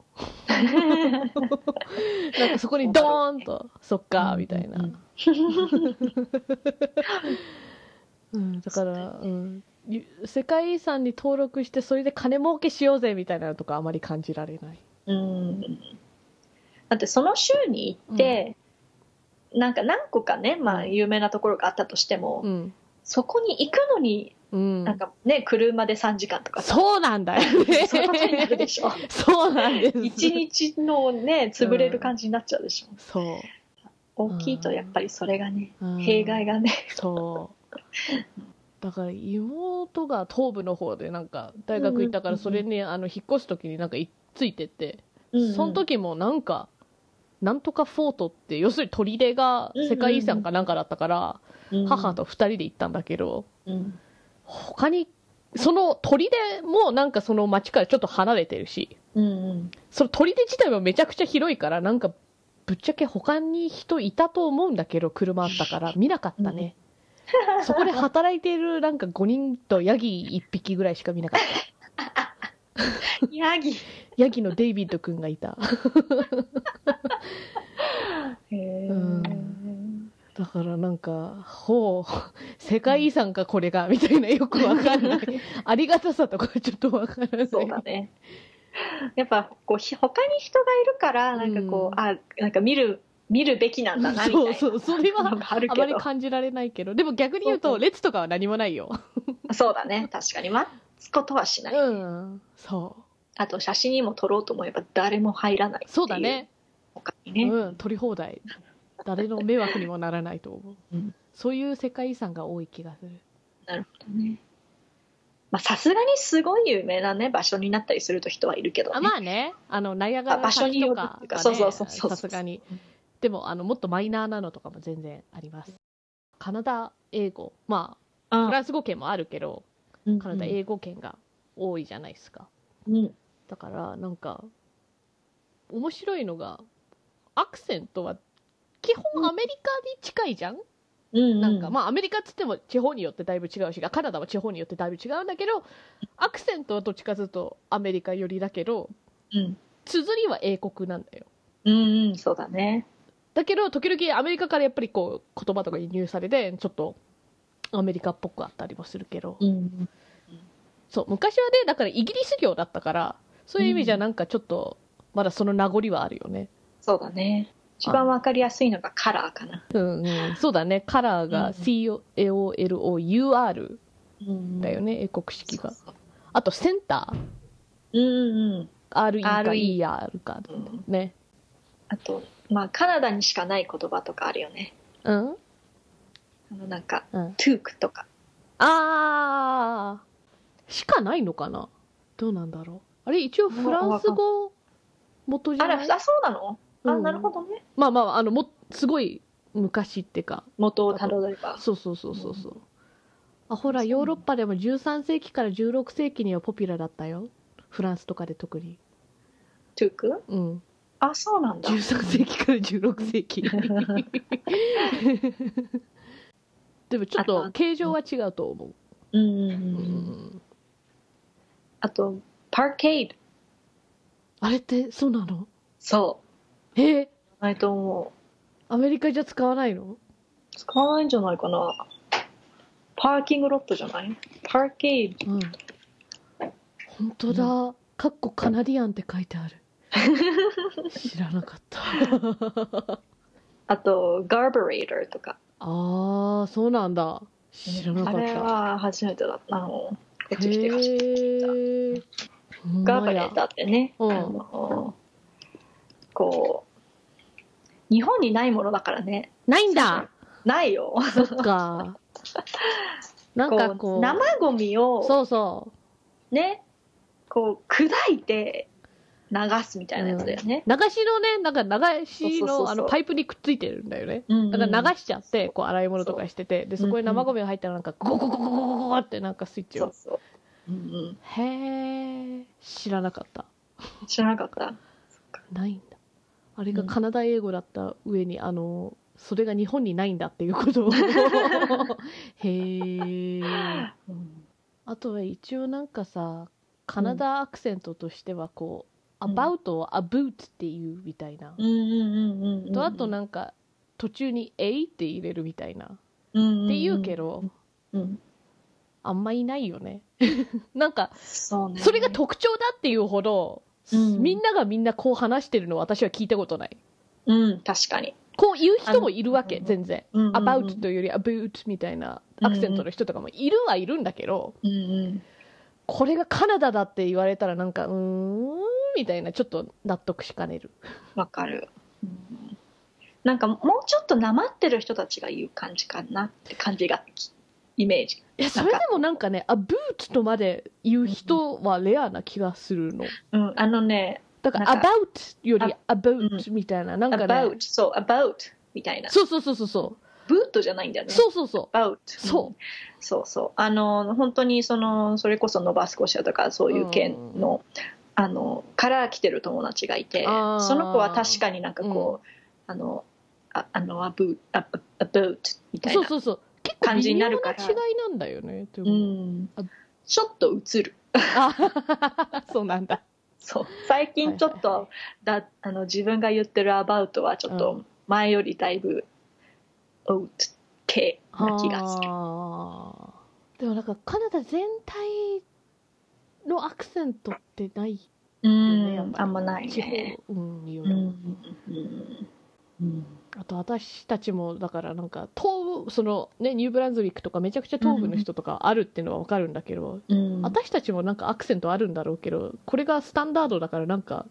なんかそこにドーンとそっかみたいな、ううんうんだから、うん、ゆ世界遺産に登録してそれで金儲けしようぜみたいなのとかあまり感じられないうんだってその州に行って、なんか何個かね、まあ、有名なところがあったとしても、うんそこに行くのにうんなんかね車で3時間とかさそうなんだよねそういうことになるでしょそうなんです一日のね潰れる感じになっちゃうでしょ、そう大きいとやっぱりそれがね、うん弊害がねそうだから妹が東部の方でなんか大学行ったかうんうらんうんうんそれにあの引っ越す時になんかいついてって、うんその時もなんかなんとかフォートって要するに砦が世界遺産かなんかだったから、母、と2人で行ったんだけどうん他にその砦もなんかその町からちょっと離れてるしうんうん、その砦自体はめちゃくちゃ広いからなんかぶっちゃけ他に人いたと思うんだけど車あったから <laughs> 見なかったね、そこで働いているなんか5人とヤギ1匹ぐらいしか見なかったヤギヤギのデイビッド君がいたへーうんだからなんかほう世界遺産かこれがみたいなよくわかん <laughs> ないありがたさとかちょっとわからないそうだねやっぱこうひ他に人がいるからなんかこう、うんあなんか見る見るべきなんだなみたいそなうそうそれのはがあるあけまりど感じられないけどでも逆に言うそうとそう列とかは何もないよそうだね確かに待つことはしない、うんそうあと写真にも撮ろうと思えば誰も入らないっていそうだね他にね、うん、取り放題誰の迷惑にもならないと思う、うんそういう世界遺産が多い気がするなるほどねまあさすがにすごい有名なね場所になったりすると人はいるけど、ねあまあねあのナイアガラ場所滝によとるっかていうかがねそうそうそうそうさすがにでもあのもっとマイナーなのとかも全然ありますカナダ英語まあフランス語圏もあるけどうんカナダ英語圏が多いじゃないですかうんだからなんか面白いのがアクセントは基本アメリカに近いじゃんうんなんか、あまあアメリカっつっても地方によってだいぶ違うしカナダは地方によってだいぶ違うんだけどアクセントはどっちかというとアメリカ寄りだけどうん綴りは英国なんだようんうんそうだねだけど時々アメリカからやっぱりこう言葉とか輸入されてちょっとアメリカっぽくあったりもするけどうんそう昔はねだからイギリス領だったからそういう意味じゃなんかちょっとまだその名残はあるよねそうだね一番わかりやすいのがカラーかな、うん、うん、そうだねカラーうんが COLOUR うんだよね英国式そうがそうあとセンターうんうん RE か RE ER かうんねあとまあカナダにしかない言葉とかあるよねうんあのなんかうんトゥークとかあーしかないのかなどうなんだろうあれ一応フランス語元じあゃらないあそうなの、あうんなるほどねまあまああのもすごい昔ってか元をたどればそうそうそうそうそう、あほらヨーロッパでも13世紀から16世紀にはポピュラーだったよフランスとかで特にトゥークうんあそうな <laughs> んだ13世紀から16世紀でもちょっと形状は違うと思ううんうんううんんあと、パーケード。あれってそうなのそえーう。ないと思アメリカじゃ使わないのう。使わないんじゃないかな。パーキングロットじゃないパーケーうん本当だ、かっこカナディアンって書いてあ <laughs> る知らなかったド。あと、ガーバレーターとか。あーそうなんだ知らなかあったれは初めてだったの。こっち来て初めて。へえガーバレーターってね、うんあのこう、日本にないものだからね。ないんだないよ。そっ <laughs> かなんかこう生ゴミを、そうそね、こう、砕いて流すみたいなやつだよね。う流しのねなんか流しそうそのうそうそうあのパイプにくっついてるんだよねうんだから流しちゃってこう洗い物とかしててでそうそこに生ゴミが入ったらなんかゴゴゴゴゴゴゴゴってなんかスイッチそうをそう。うんうんへえ知らなかった知らなかったないんだあれがカナダ英語だった上にあのそれが日本にないんだっていうことをへえうんあとは一応なんかさカナダアクセントとしてはこう「うん about」を「about」っていうみたいなうんうんうんとあとなんか途中に「えい」って入れるみたいなっうんて言うけどうんあんまいないよね <laughs> なんかそうねそれが特徴だっていうほど、うんみんながみんなこう話してるのを私は聞いたことないうん確かにこう言う人もいるわけあの全然うんうん「うん about」というより「about」みたいなアクセントの人とかもいるはいるんだけどうんうんこれがカナダだって言われたらなんかうーんみたいなちょっと納得しかねるわかる、うんなんかもうちょっとなまってる人たちが言う感じかなって感じがイメージいやそれでもなんかね「about」とまで言う人はレアな気がするのうんあのねだから「なんか about」より「う about」みたいななんかね about そう about みたいなそうそうそうそうそブートじゃないんだようねそうそうそう about そうんそうそうあの本当にそのそれこそノバスコシアとかそういう県の,、あのから来てる友達がいてあーその子は確かになんかこう、あのああのアブアブアブートみたいそうなそうそう結構感じ微にな妙な違るからいなんだよねでう <laughs> もんあちょっと映るあそうなんだそう最近ちょっと、はいはいだあの自分が言ってるアバウトはちょっうと前よりだいぶオート系な気がするあーでもなんかカナダ全体のアクセントってないうんやっぱりあんまない地ね方うんにようる、んうんうんあと私たちもだからなんか東部そのねニューブランズウィックとかめちゃくちゃ東部の人とかあるっていうのはわかるんだけど、うん私たちもなんかアクセントあるんだろうけどこれがスタンダードだからなんか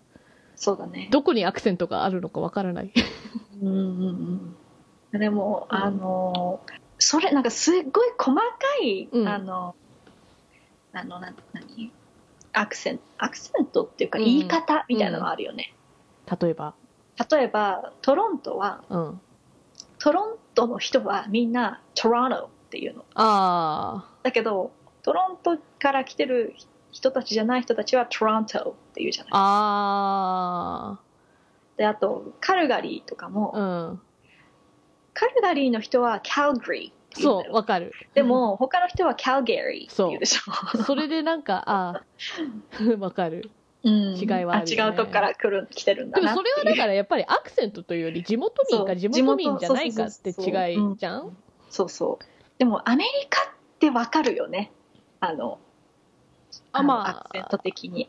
そうだねどこにアクセントがあるのかわからないうんうんうんでも、うんあのそれなんかすっごい細かい、うんあのあのな何アクセンアクセントっていうかうん言い方みたいなのがあるよね、例えば例えばトロントはうんトロントの人はみんなトロントっていうのあだけどトロントから来てる人たちじゃない人たちはトロントっていうじゃーないあであとカルガリーとかも、ーうんカルガリーの人はカルガリーっていうんだそうよわかるでも他の人はカルガリーって言うでしょそれでなんか、ああ、 <laughs> わかる。うん違いはあるよね違うとこから来る来てるんだでもなってそいうれはだからやっぱりアクセントというより地元民そかう地元民じゃないかって違地元そうそうそうそういじゃんそうそうでもアメリカってわかるよねあのあのまアクセントあ、的に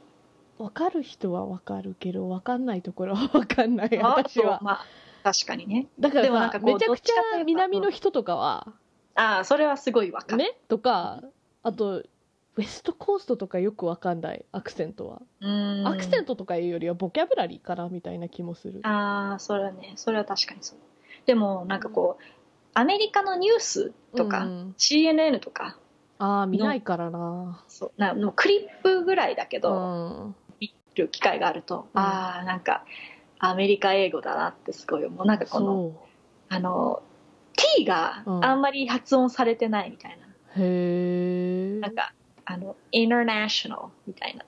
わかる人はわかるけど、わかんないところはわかんない、<laughs> あ私とは。まあ確かにねだからでもなんさかこうめちゃくちゃ南の人とかは、ああそれはすごいわかる、ね、とか、あと、ウェストコーストとかよくわかんない、アクセントは。うんアクセントとかいうよりはボキャブラリーかなみたいな気もする。ああそれはねそれは確かにそうでもなんかこうアメリカのニュースとか、うん CNN とかああ、見ないからな。そうなのクリップぐらいだけうど、ん。見る機会があると、うんああなんかアメリカ英語だなってすごい思うなんかこのそあの T がうんあんまり発音されてないみたいな、う。へえ。なんかあのインターナショナルみたいなイ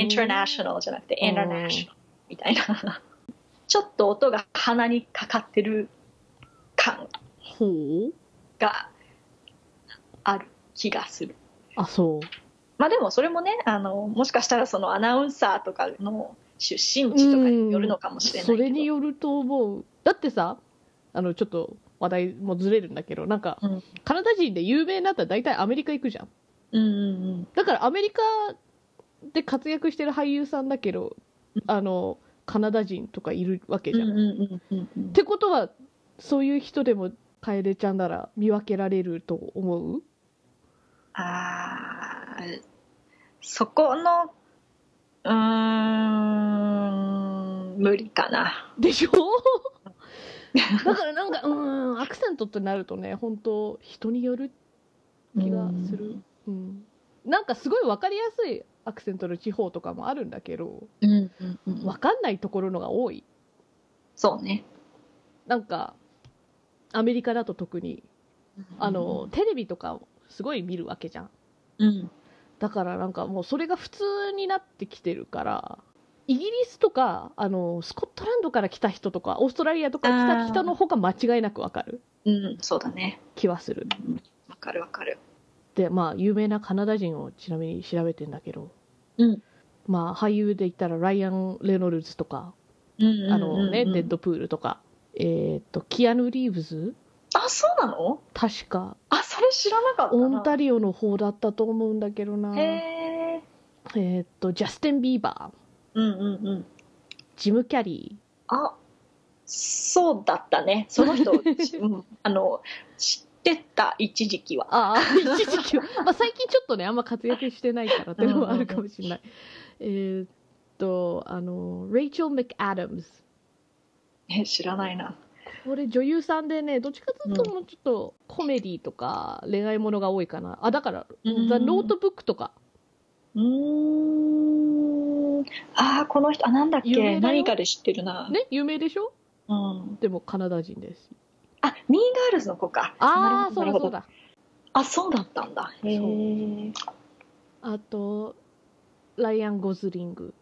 ンターナショナルじゃなくてうんインターナショナルみたいな <laughs> ちょっと音が鼻にかかってる感ほうがある気がするあそうまあでもそれもねあのもしかしたらそのアナウンサーとかの出身地とかによるのかもしれないけそどれによると思うだってさあのちょっと話題もずれるんだけどなんか、うんカナダ人で有名になったら大体アメリカ行くじゃんうんうんだからアメリカで活躍してる俳優さんだけどあのカナダ人とかいるわけうんじうゃん、んっうんうんうんてことはそういう人でも楓ちゃんなら見分けられると思うあーそこのうーん無理かなでしょだからなんかうーんアクセントってなるとね本当人による気がするうん、なんかすごい分かりやすいアクセントの地方とかもあるんだけどうんうんうんうん分かんないところのが多いそうねなんかアメリカだと特にあの、テレビとかをすごい見るわけじゃんうんだからなんかもうそれが普通になってきてるからイギリスとかあのスコットランドから来た人とかオーストラリアとか来あたー人の方が間違いなく分かるうんそうだね気はするわかるわかるでまあ有名なカナダ人をちなみに調べてんだけど、うんまあ俳優で言ったらライアン・レノルズとかうんあのね、うんうんデッドプールとか、えーっと、キアヌ・リーブズあそうなの確か、あそれ知らなかったなオンタリオの方だったと思うんだけどな。えへえーっと、ジャスティン・ビーバー、うんうんうんジム・キャリあそうだったねそ <laughs> の人、うん、あの知ってた一時期はああ、 <laughs> 一時期は。まあ最近ちょっとね、あんま活躍してないからっていうのもあるかもしれない。えーっと、あの、レイチェル・マクアダムズ。え知らないなこれ女優さんでね、どっちかというともうちょっとコメディとか恋愛ものが多いかな。あ、だから、う The ん Notebook とか。うーんああこの人あなんだっ有名だよけ何かで知ってるな、ね、有名でしょうん、でもカナダ人です。あミーガールズの子かああ、そなうだるほそどうだ。あそうだったんだへえそううんあと、ライアン・ゴズリング、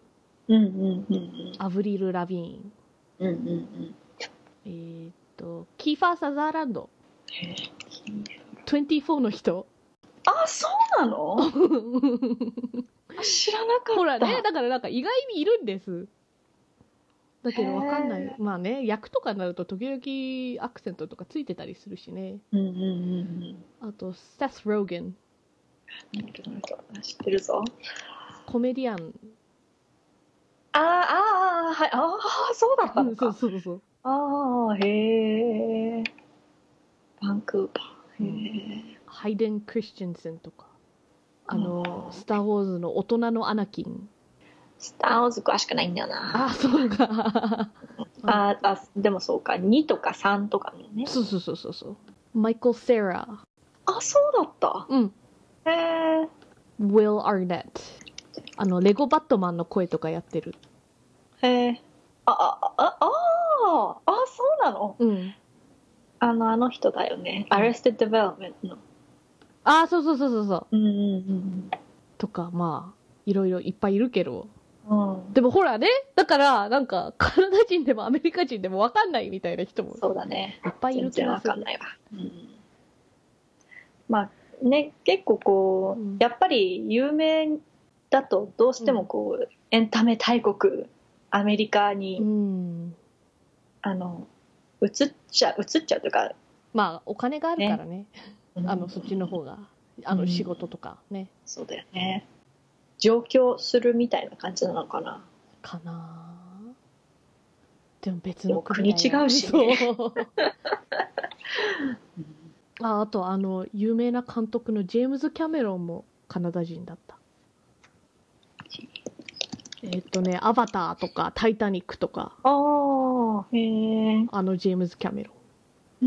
うんうんうんアブリル・ラビーン、うんうんうんえーっと、キーファー・サザーランド、へー24の <laughs> 人。あそう <laughs> なの知らなかったほらね、だからなんか意外にいるんです。だけどわかんなへい。まあね、役とかになると時々アクセントとかついてたりするしね。うんうんうんあと、セス・ローゲン、うんなんだっけなんだっけ知ってるぞコメディアン。あーあーあーはいああそうだったの <laughs> そうかそうそう。ああへえバンクーバーへえハイデン・クリスチェンセンとか。あの、うんスター・ウォーズの大人のアナキン。スター・ウォーズ詳しくないんだよなあ、そうか。あーあでもそうか2とか3とかの <laughs> ねそうそうそうそうそう。マイケル・セーラあそうだったー。うん。へえ Will Arnett。あの、レゴバットマンの声とかやってる。へえああああああそうなのうん。あのあの人だよね Arrested Development のああ、そうそうそうそうそう。うんうんとか、まあ、いろいろいっぱいいるけど。うんうんでもほらね、だから、なんか、カナダ人でもアメリカ人でもわかんないみたいな人もそうだねいっぱいい全る気然がわすかるん。ないわ、うん、まあね結構こう、うんやっぱり有名だとどうしてもこう、エンタメ大国アメリカに、うん。あの移っちゃ移っちゃうというか、まあ、お金があるからね。うんあの、そっちの方が。あうの、ん仕事とかね。そうだよね上京するみたいな感じなのかなかなあでも別のだでもよ国違うしね <laughs> そうああとあの有名な監督のジェームズ・キャメロンもカナダ人だったえーっとね「アバター」とか「タイタニック」とかああへえあのジェームズ・キャメロ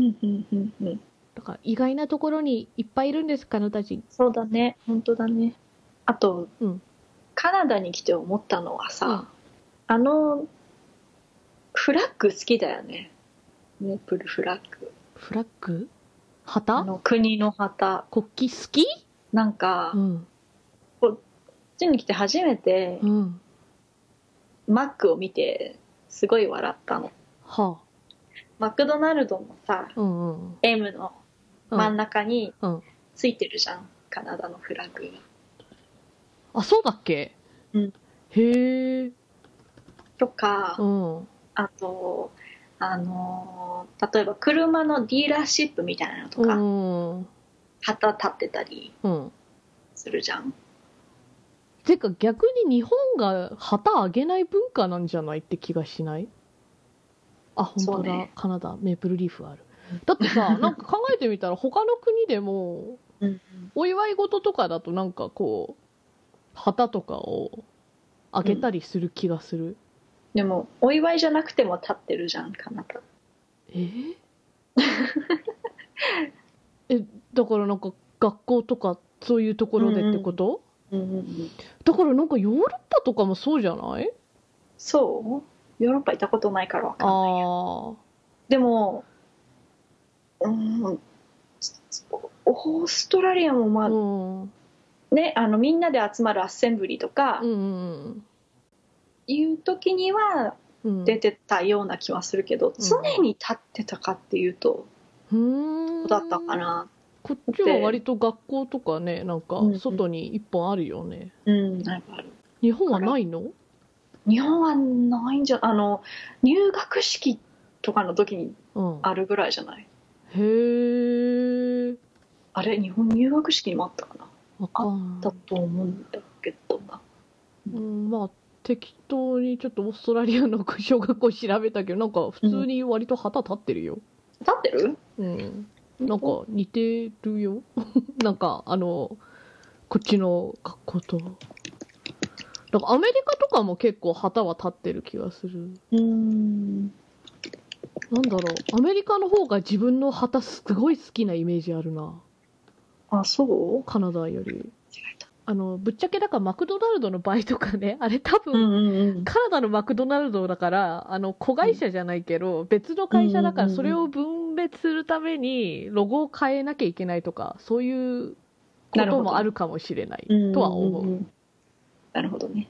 ンうんうんうんうんだから意外なところにいっぱいいるんですカナダ人そうだね本当だねあと、うんカナダに来て思ったのはさ、うんあのフラッグ好きだよねメープルフラッグフラッグあ旗の国の旗国旗好きなんか、うこんっちに来て初めて、うんマックを見てすごい笑ったのはマクドナルドのさあうんうん M のうん真ん中にうんついてるじゃん、カナダのフラッグがあそうだっけうんへえとか、うんあとあのー例えば車のディーラーシップみたいなのとうか、ん旗立ってたりうん。するじゃんてか逆に日本が旗あげない文化なんじゃないって気がしないあ、本そ当うだ、ねカナダ、メープルリーフある。だって <laughs> さ、なんか考えてみたら他の国でも、うんお祝い事とかだとなんかこう、旗とかをあげたりする気がする。でもお祝いじゃなくても立ってるじゃんカナダえ <laughs> ーえ、だからなんか学校とかそういうところでってこと、うんうんうんだからなんかヨーロッパとかもそうじゃないそうヨーロッパ行ったことないからわかんないああ。でもうーんオーストラリアもまあ、うん。うんねあのみんなで集まるアッセンブリーとかうんいう時にはうん。出てたような気はするけど、常に立ってたかっていうとうーん。だったか。なこっちは割と学校とかね、なんかうんうん外に一本あるよね。うんなんかある日本はないの日本はないんじゃあの入学式とかの時にうん。あるぐらいじゃなへいえ。あれ日本入学式にもあったかなわかんなだい。と思うんだけどなうん、まあ、適当にちょっとオーストラリアの <laughs> 小学校調べたけどなんか普通に割と旗立ってるよ、立ってるうん、なんか似てるよ <laughs> なんかあのこっちの格好となんかアメリカとかも結構旗は立ってる気がするうーんなんだろうアメリカの方が自分の旗すごい好きなイメージあるなあそうカナダより違えたあのぶっちゃけだからマクドナルドの場合とかねあれ多分、うんうんうんカナダのマクドナルドだからあの子会社じゃないけど、別の会社だかうらんうんうんそれを分別するためにロゴを変えなきゃいけないとかそういうこなるほとどもあるかもしれないうんとは思う、んんんなるほどね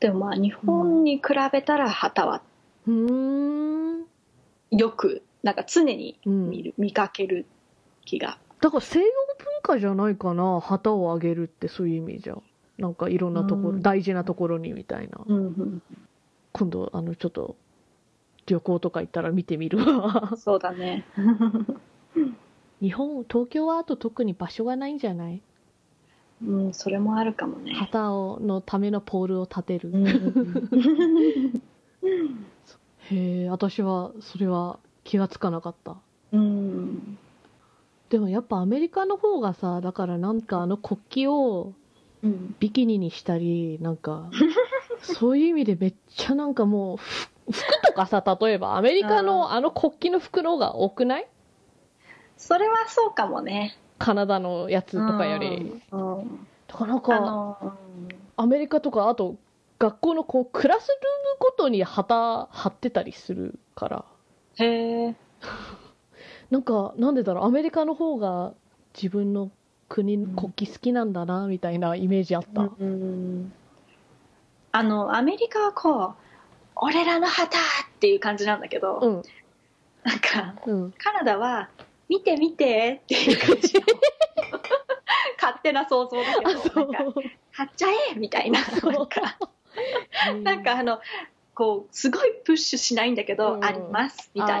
でもまあ日本に比べたら旗はうーんよくなんか常にうん見る、見かける気がだから西洋文化じゃないかな旗をあげるってそういう意味じゃなんかいろんなところ、うん大事なところにみたいなうん今度あのちょっと旅行とか行ったら見てみるわうんそうだね <laughs> 日本東京はあと特に場所がないんじゃないうんそれもあるかもね旗をのためのポールを立てる、うんうんへえ私はそれは気がつかなかった <laughs> うんうんでもやっぱアメリカの方がさだからなんかあの国旗をうんビキニにしたりなんかそういう意味でめっちゃなんかもうふ服とかさ例えばアメリカのあの国旗の服の方が多くないそれはそうかもねカナダのやつとかよりうんうんだからなんかあのアメリカとかあと学校のこうクラスルームごとに旗貼ってたりするからうんへえなんかなんでだろうアメリカの方が自分の国ん国旗好きなんだなみたいなイメージあった、うんあのアメリカはこう「俺らの旗!」っていう感じなんだけど、うんなんかうん、カナダは「見て見て!」っていう感じの勝手な想像だけあそどうなんか貼っちゃえ!」みたいなそうなんかうんなんかあのこうすごいプッシュしないんだけど「うんあります」みたい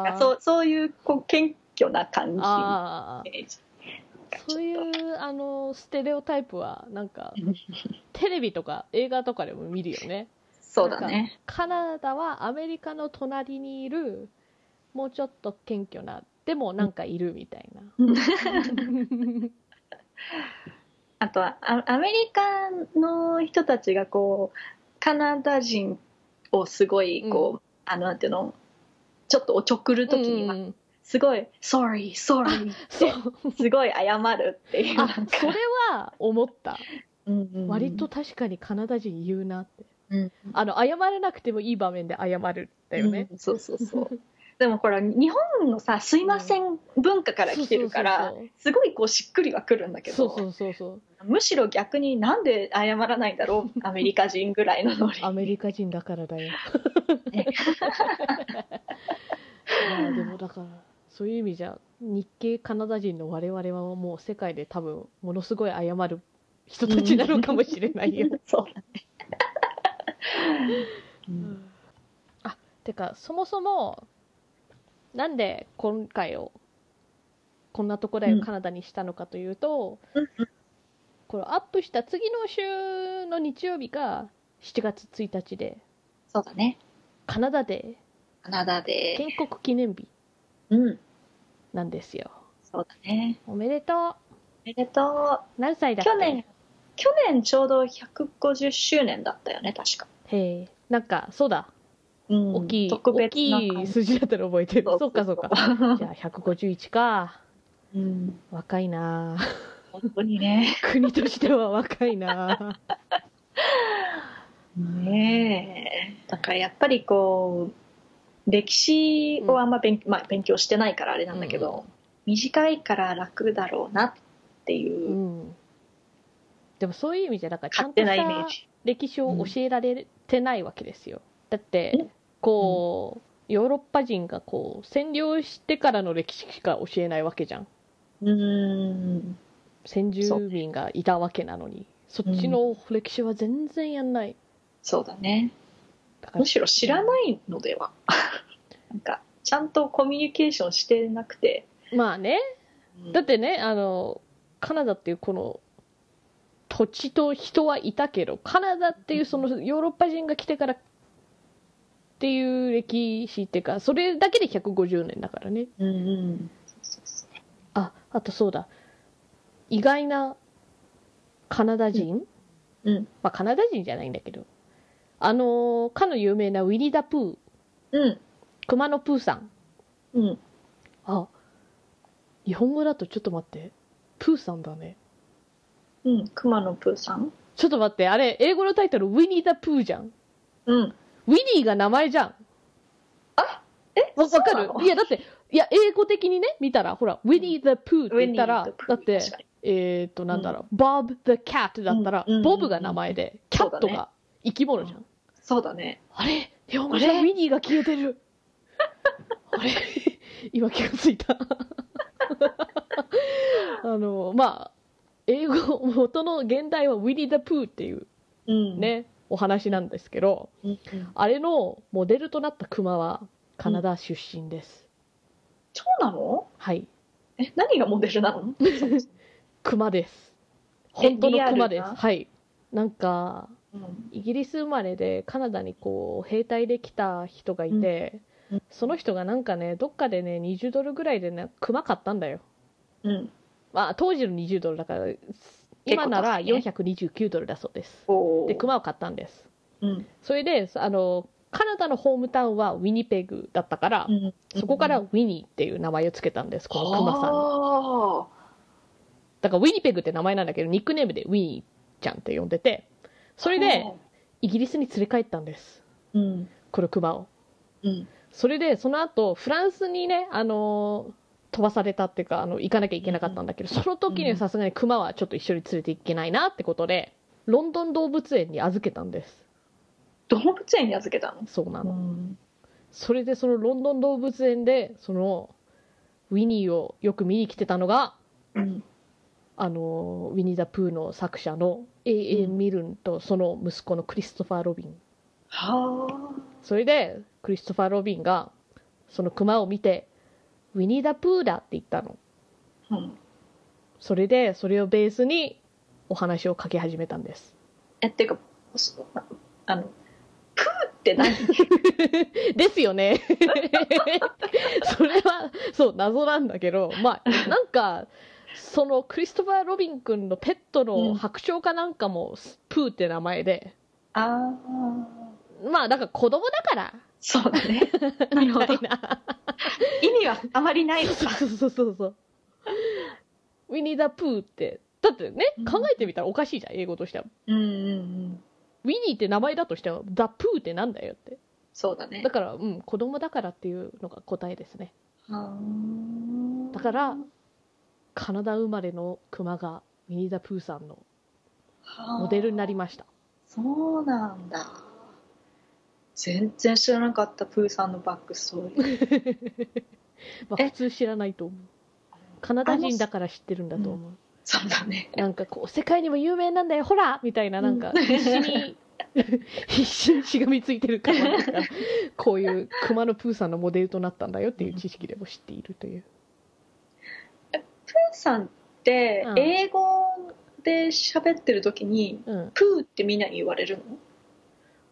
あーなんかそうそういうこう謙虚な感じあイメージあそういうあのステレオタイプはなんかテレビとか映画とかでも見るよねそうだねカナダはアメリカの隣にいるもうちょっと謙虚なでもなんかいるみたいなあとはあアメリカの人たちがこうカナダ人をすごいこう、あのなんていうのちょっとおちょくる時にはうん」すごい「sorry sorry <laughs> そうすごい謝るっていうなあんかそれは思ったうんうんうん割と確かにカナダ人言うなって、うんあの謝らなくてもいい場面で謝るんだよね、うんそうそうそうでもこれ日本のさ「すいません」文化から来てるからそうすごいこうしっくりはくるんだけどそうそうそうそうそうむしろ逆になんで謝らないんだろうアメリカ人ぐらいのノリアメリカ人だからだよ <laughs> ねいやでもだからそういう意味じゃ日系カナダ人の我々はもう世界で多分ものすごい謝る人たちなのかもしれないよ、 <laughs> そうだね。 <laughs> あてかそもそもなんで今回をこんなとこだうよんカナダにしたのかというと、うんこれアップした次の週の日曜日が7月1日でそうだね。カナダでカナダで。建国記念日うん。なんですよそうだね。おめでとおめでとう何歳う。だっけ去年、去年ちょうど150周年だったよね、確か。へえなんかそうだうん大きい、特大別な感きい数字だったら覚えてるそうかそうか。じゃあ151かうん。若い <laughs> なあ本当にね。国としては若いなあねえ。だからやっぱりこう、歴史をあんま勉,、まあ、勉強してないからあれなんだけど、短いから楽だろうなっていうう、んでもそういう意味じゃなんかちゃ勝んと手しなイメたージ。歴史を教えられてないわけですよ、だってえこうヨーロッパ人がこう占領してからの歴史しか教えないわけじゃんうん。先住民がいたわけなのにそっちの歴史は全然やんないそうだね。だからむしろ知らないのでは <laughs> なんかちゃんとコミュニケーションしてなくて、まあねうんだってねあのカナダっていうこの土地と人はいたけどカナダっていうそのヨーロッパ人が来てからっていう歴史っていうかそれだけで150年だからねうんうんそうそうそうああとそうだ意外なカナダ人、うんまあ、カナダ人じゃないんだけどあのーかの有名なウィニダ・プーうん熊野プーさんうんあ日本語だとちょっと待ってプーさんだねうん熊野プーさんちょっと待ってあれ英語のタイトルウィニー・ダ・プーじゃんうんウィニーが名前じゃんえわわかそうなるのいやだっていや英語的にね見たらほらウィニー・ザ・プーって言ったらウィニーザプーだって確かにえっ、となんだろう、ボブ・ザ・キャットだったら、うんうんボブが名前でキャットそうだが生き物じゃん、そうだねあれ日本語じゃあれウィニーが消えてる <laughs> あれ <laughs> 今気がつい <laughs> たあのまあ英語元の現代はウィニー・ザ・プーっていううんね、お話なんですけどうんうんあれのモデルとなったクマはカナダ出身です、そうなのはいえ何がモデルなの熊ですえ本当の熊でリすアルなはいなんかうんイギリス生まれでカナダにこう兵隊で来た人がいて、うんうんその人がなんかねどっかでね20ドルぐらいでね熊買ったんだようんまあ当時の20ドルだから今なら429ドルだそうですおーで熊を買ったんですうんそれであのカナダのホームタウンはウィニペグだったから、うんそこからウィニーっていう名前をつけたんですこの熊さんにあだからウィニペグって名前なんだけどニックネームでウィニーちゃんって呼んでてそーれでイギリスに連れ帰ったんですうんこのクマをうんそれでその後フランスにね、あのー飛ばされたっていうかあの行かなきゃいけなかったんだけど、その時にはさすがにクマはちょっと一緒に連れていけないなってことでロンドン動物園に預けたんです動物園に預けたのそうなうの、んそれでそのロンドン動物園でそのウィニーをよく見に来てたのがうんあのウィニー・ザ・プーの作者の A.A. うんミルンとその息子のクリストファー・ロビンはそれでクリストファー・ロビンがそのクマを見て「ウィニー・ザ・プーだ」って言ったのあうんそれでそれをベースにお話を書き始めたんですえっていうかそあのプーって <laughs> 何ですよ <laughs> ねそれはそう謎なんだけどまあなんかそのクリストファー・ロビン君のペットうのん白鳥かなんかも「プー」って名前でああまあだから子供だからそうだねなる <laughs> みほたどいな。 <laughs> 意味はあまりないのそかうそうそうそう。ウィニー・ザ・プーって、だってねう、ん考えてみたらおかしいじゃん、英語としては。うんうんうんウィニーって名前だとしては、ザ・プーってなんだよって。そうだねだから、うん、子供だからっていうのが答えですね。はーだからカナダ生まれのクマがウィニー・ザ・プーさんのモデルになりはました。あそうなんだ全然知らなかったプーさんのバックストー <laughs> リーまあ、え普通知らないと思う。カナダ人だから知ってるんだと思う。そうだねなんかこう、世界にも有名なんだよ、ほらみたいな、なんかうん必死 <laughs> に、必死にしがみついてるから、なんかこういう熊のプーさんのモデルとなったんだよっていう知識でも知っているという。プーさんってうん英語で喋ってる時に、うん。プーってみんなに言われるの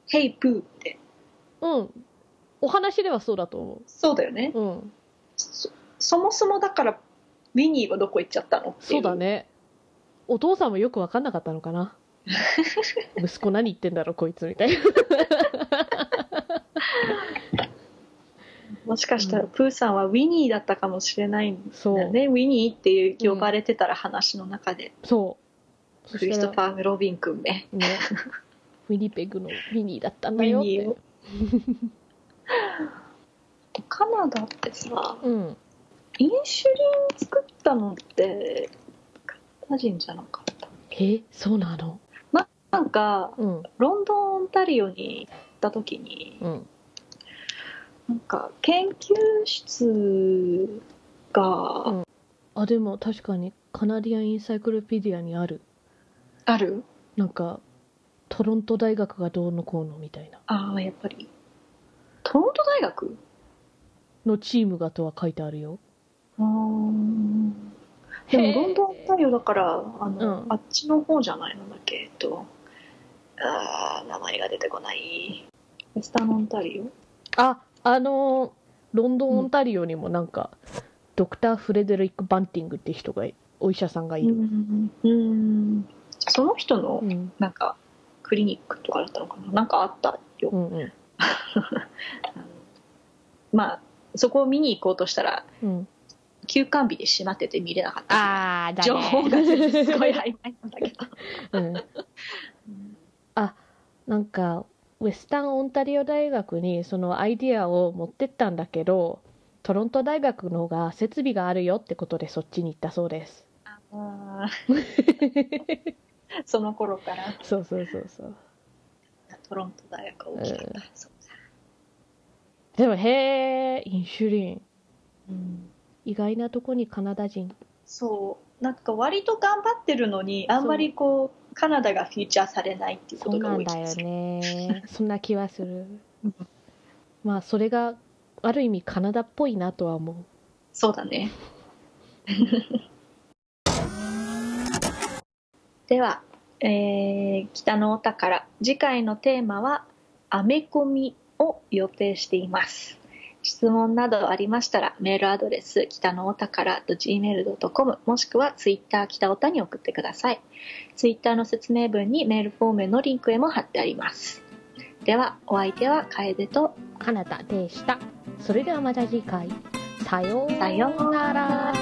ヘイプーって。うん。お話ではそうだと思そうだよね。う。うん。そそもそもだから、ウィニーはどこ行っちゃったのってい。そううだ。ね。お父さんもよく分かんなかったのか <laughs> な。息子何言ってんだろう、こいつみたいな。もしかしたら、プーさんはウィニーだったかもしれないんそだう。ね。ウィニーって呼ばれてたら話の中で、そう。そクリしスたトらファー・ロビン君ね。ね、 <laughs> ウィニペグのウィニーだったんだよっウィニてー。カナダってさ、うん。インシュリン作ったのって、カナダ人じゃなかった。え、そうなのなんか、うん。ロンドン・オンタリオに行った時に、うん。なんか研究室うがんあでも確かにカナディアン・インサイクロペディアにあるある、なんかトロント大学がどうのこうのみたいなああやっぱりトロント大学のチームがとは書いてあるようーんへでもーロンドン太陽だからあの、うんあっちの方じゃないなんだっけえっとあー名前が出てこないウェスタンオンタリオああのロンドン・オンタリオにもなんか、ドクター・フレデリック・バンティングって人がお医者さんがいる、んうんその人のうんなんかクリニックとかだったのかななんかあったよ、うんうんあのまあそこを見に行こうとしたらうん、休館日で閉まってて見れなかったああだね情報が全然すごい曖昧なんだけど、 <laughs> うん、うんなんかウェスタン・オンタリオ大学にそのアイディアを持ってったんだけどトロント大学の方が設備があるよってことでそっちに行ったそうです <laughs> あーその頃からそうそうそうそうトロント大学大きかった、そうだでもへえインシュリンうん意外なとこにカナダ人そうなんか割と頑張ってるのにあんまりこうカナダがフィーチャーされないっていうこそとうがな多んい気だがよする <laughs> ねそんな気はするうんまあそれがある意味カナダっぽいなとは思うそうだね <laughs> では、えー北のお宝次回のテーマは「アメコミ」を予定しています質問などありましたらメールアドレス北のお宝 .gmail.com もしくはツイッター北おたに送ってくださいツイッターの説明文にメールフォームへのリンクへも貼ってありますではお相手は楓とカナダでしたそれではまた次回さようさようなら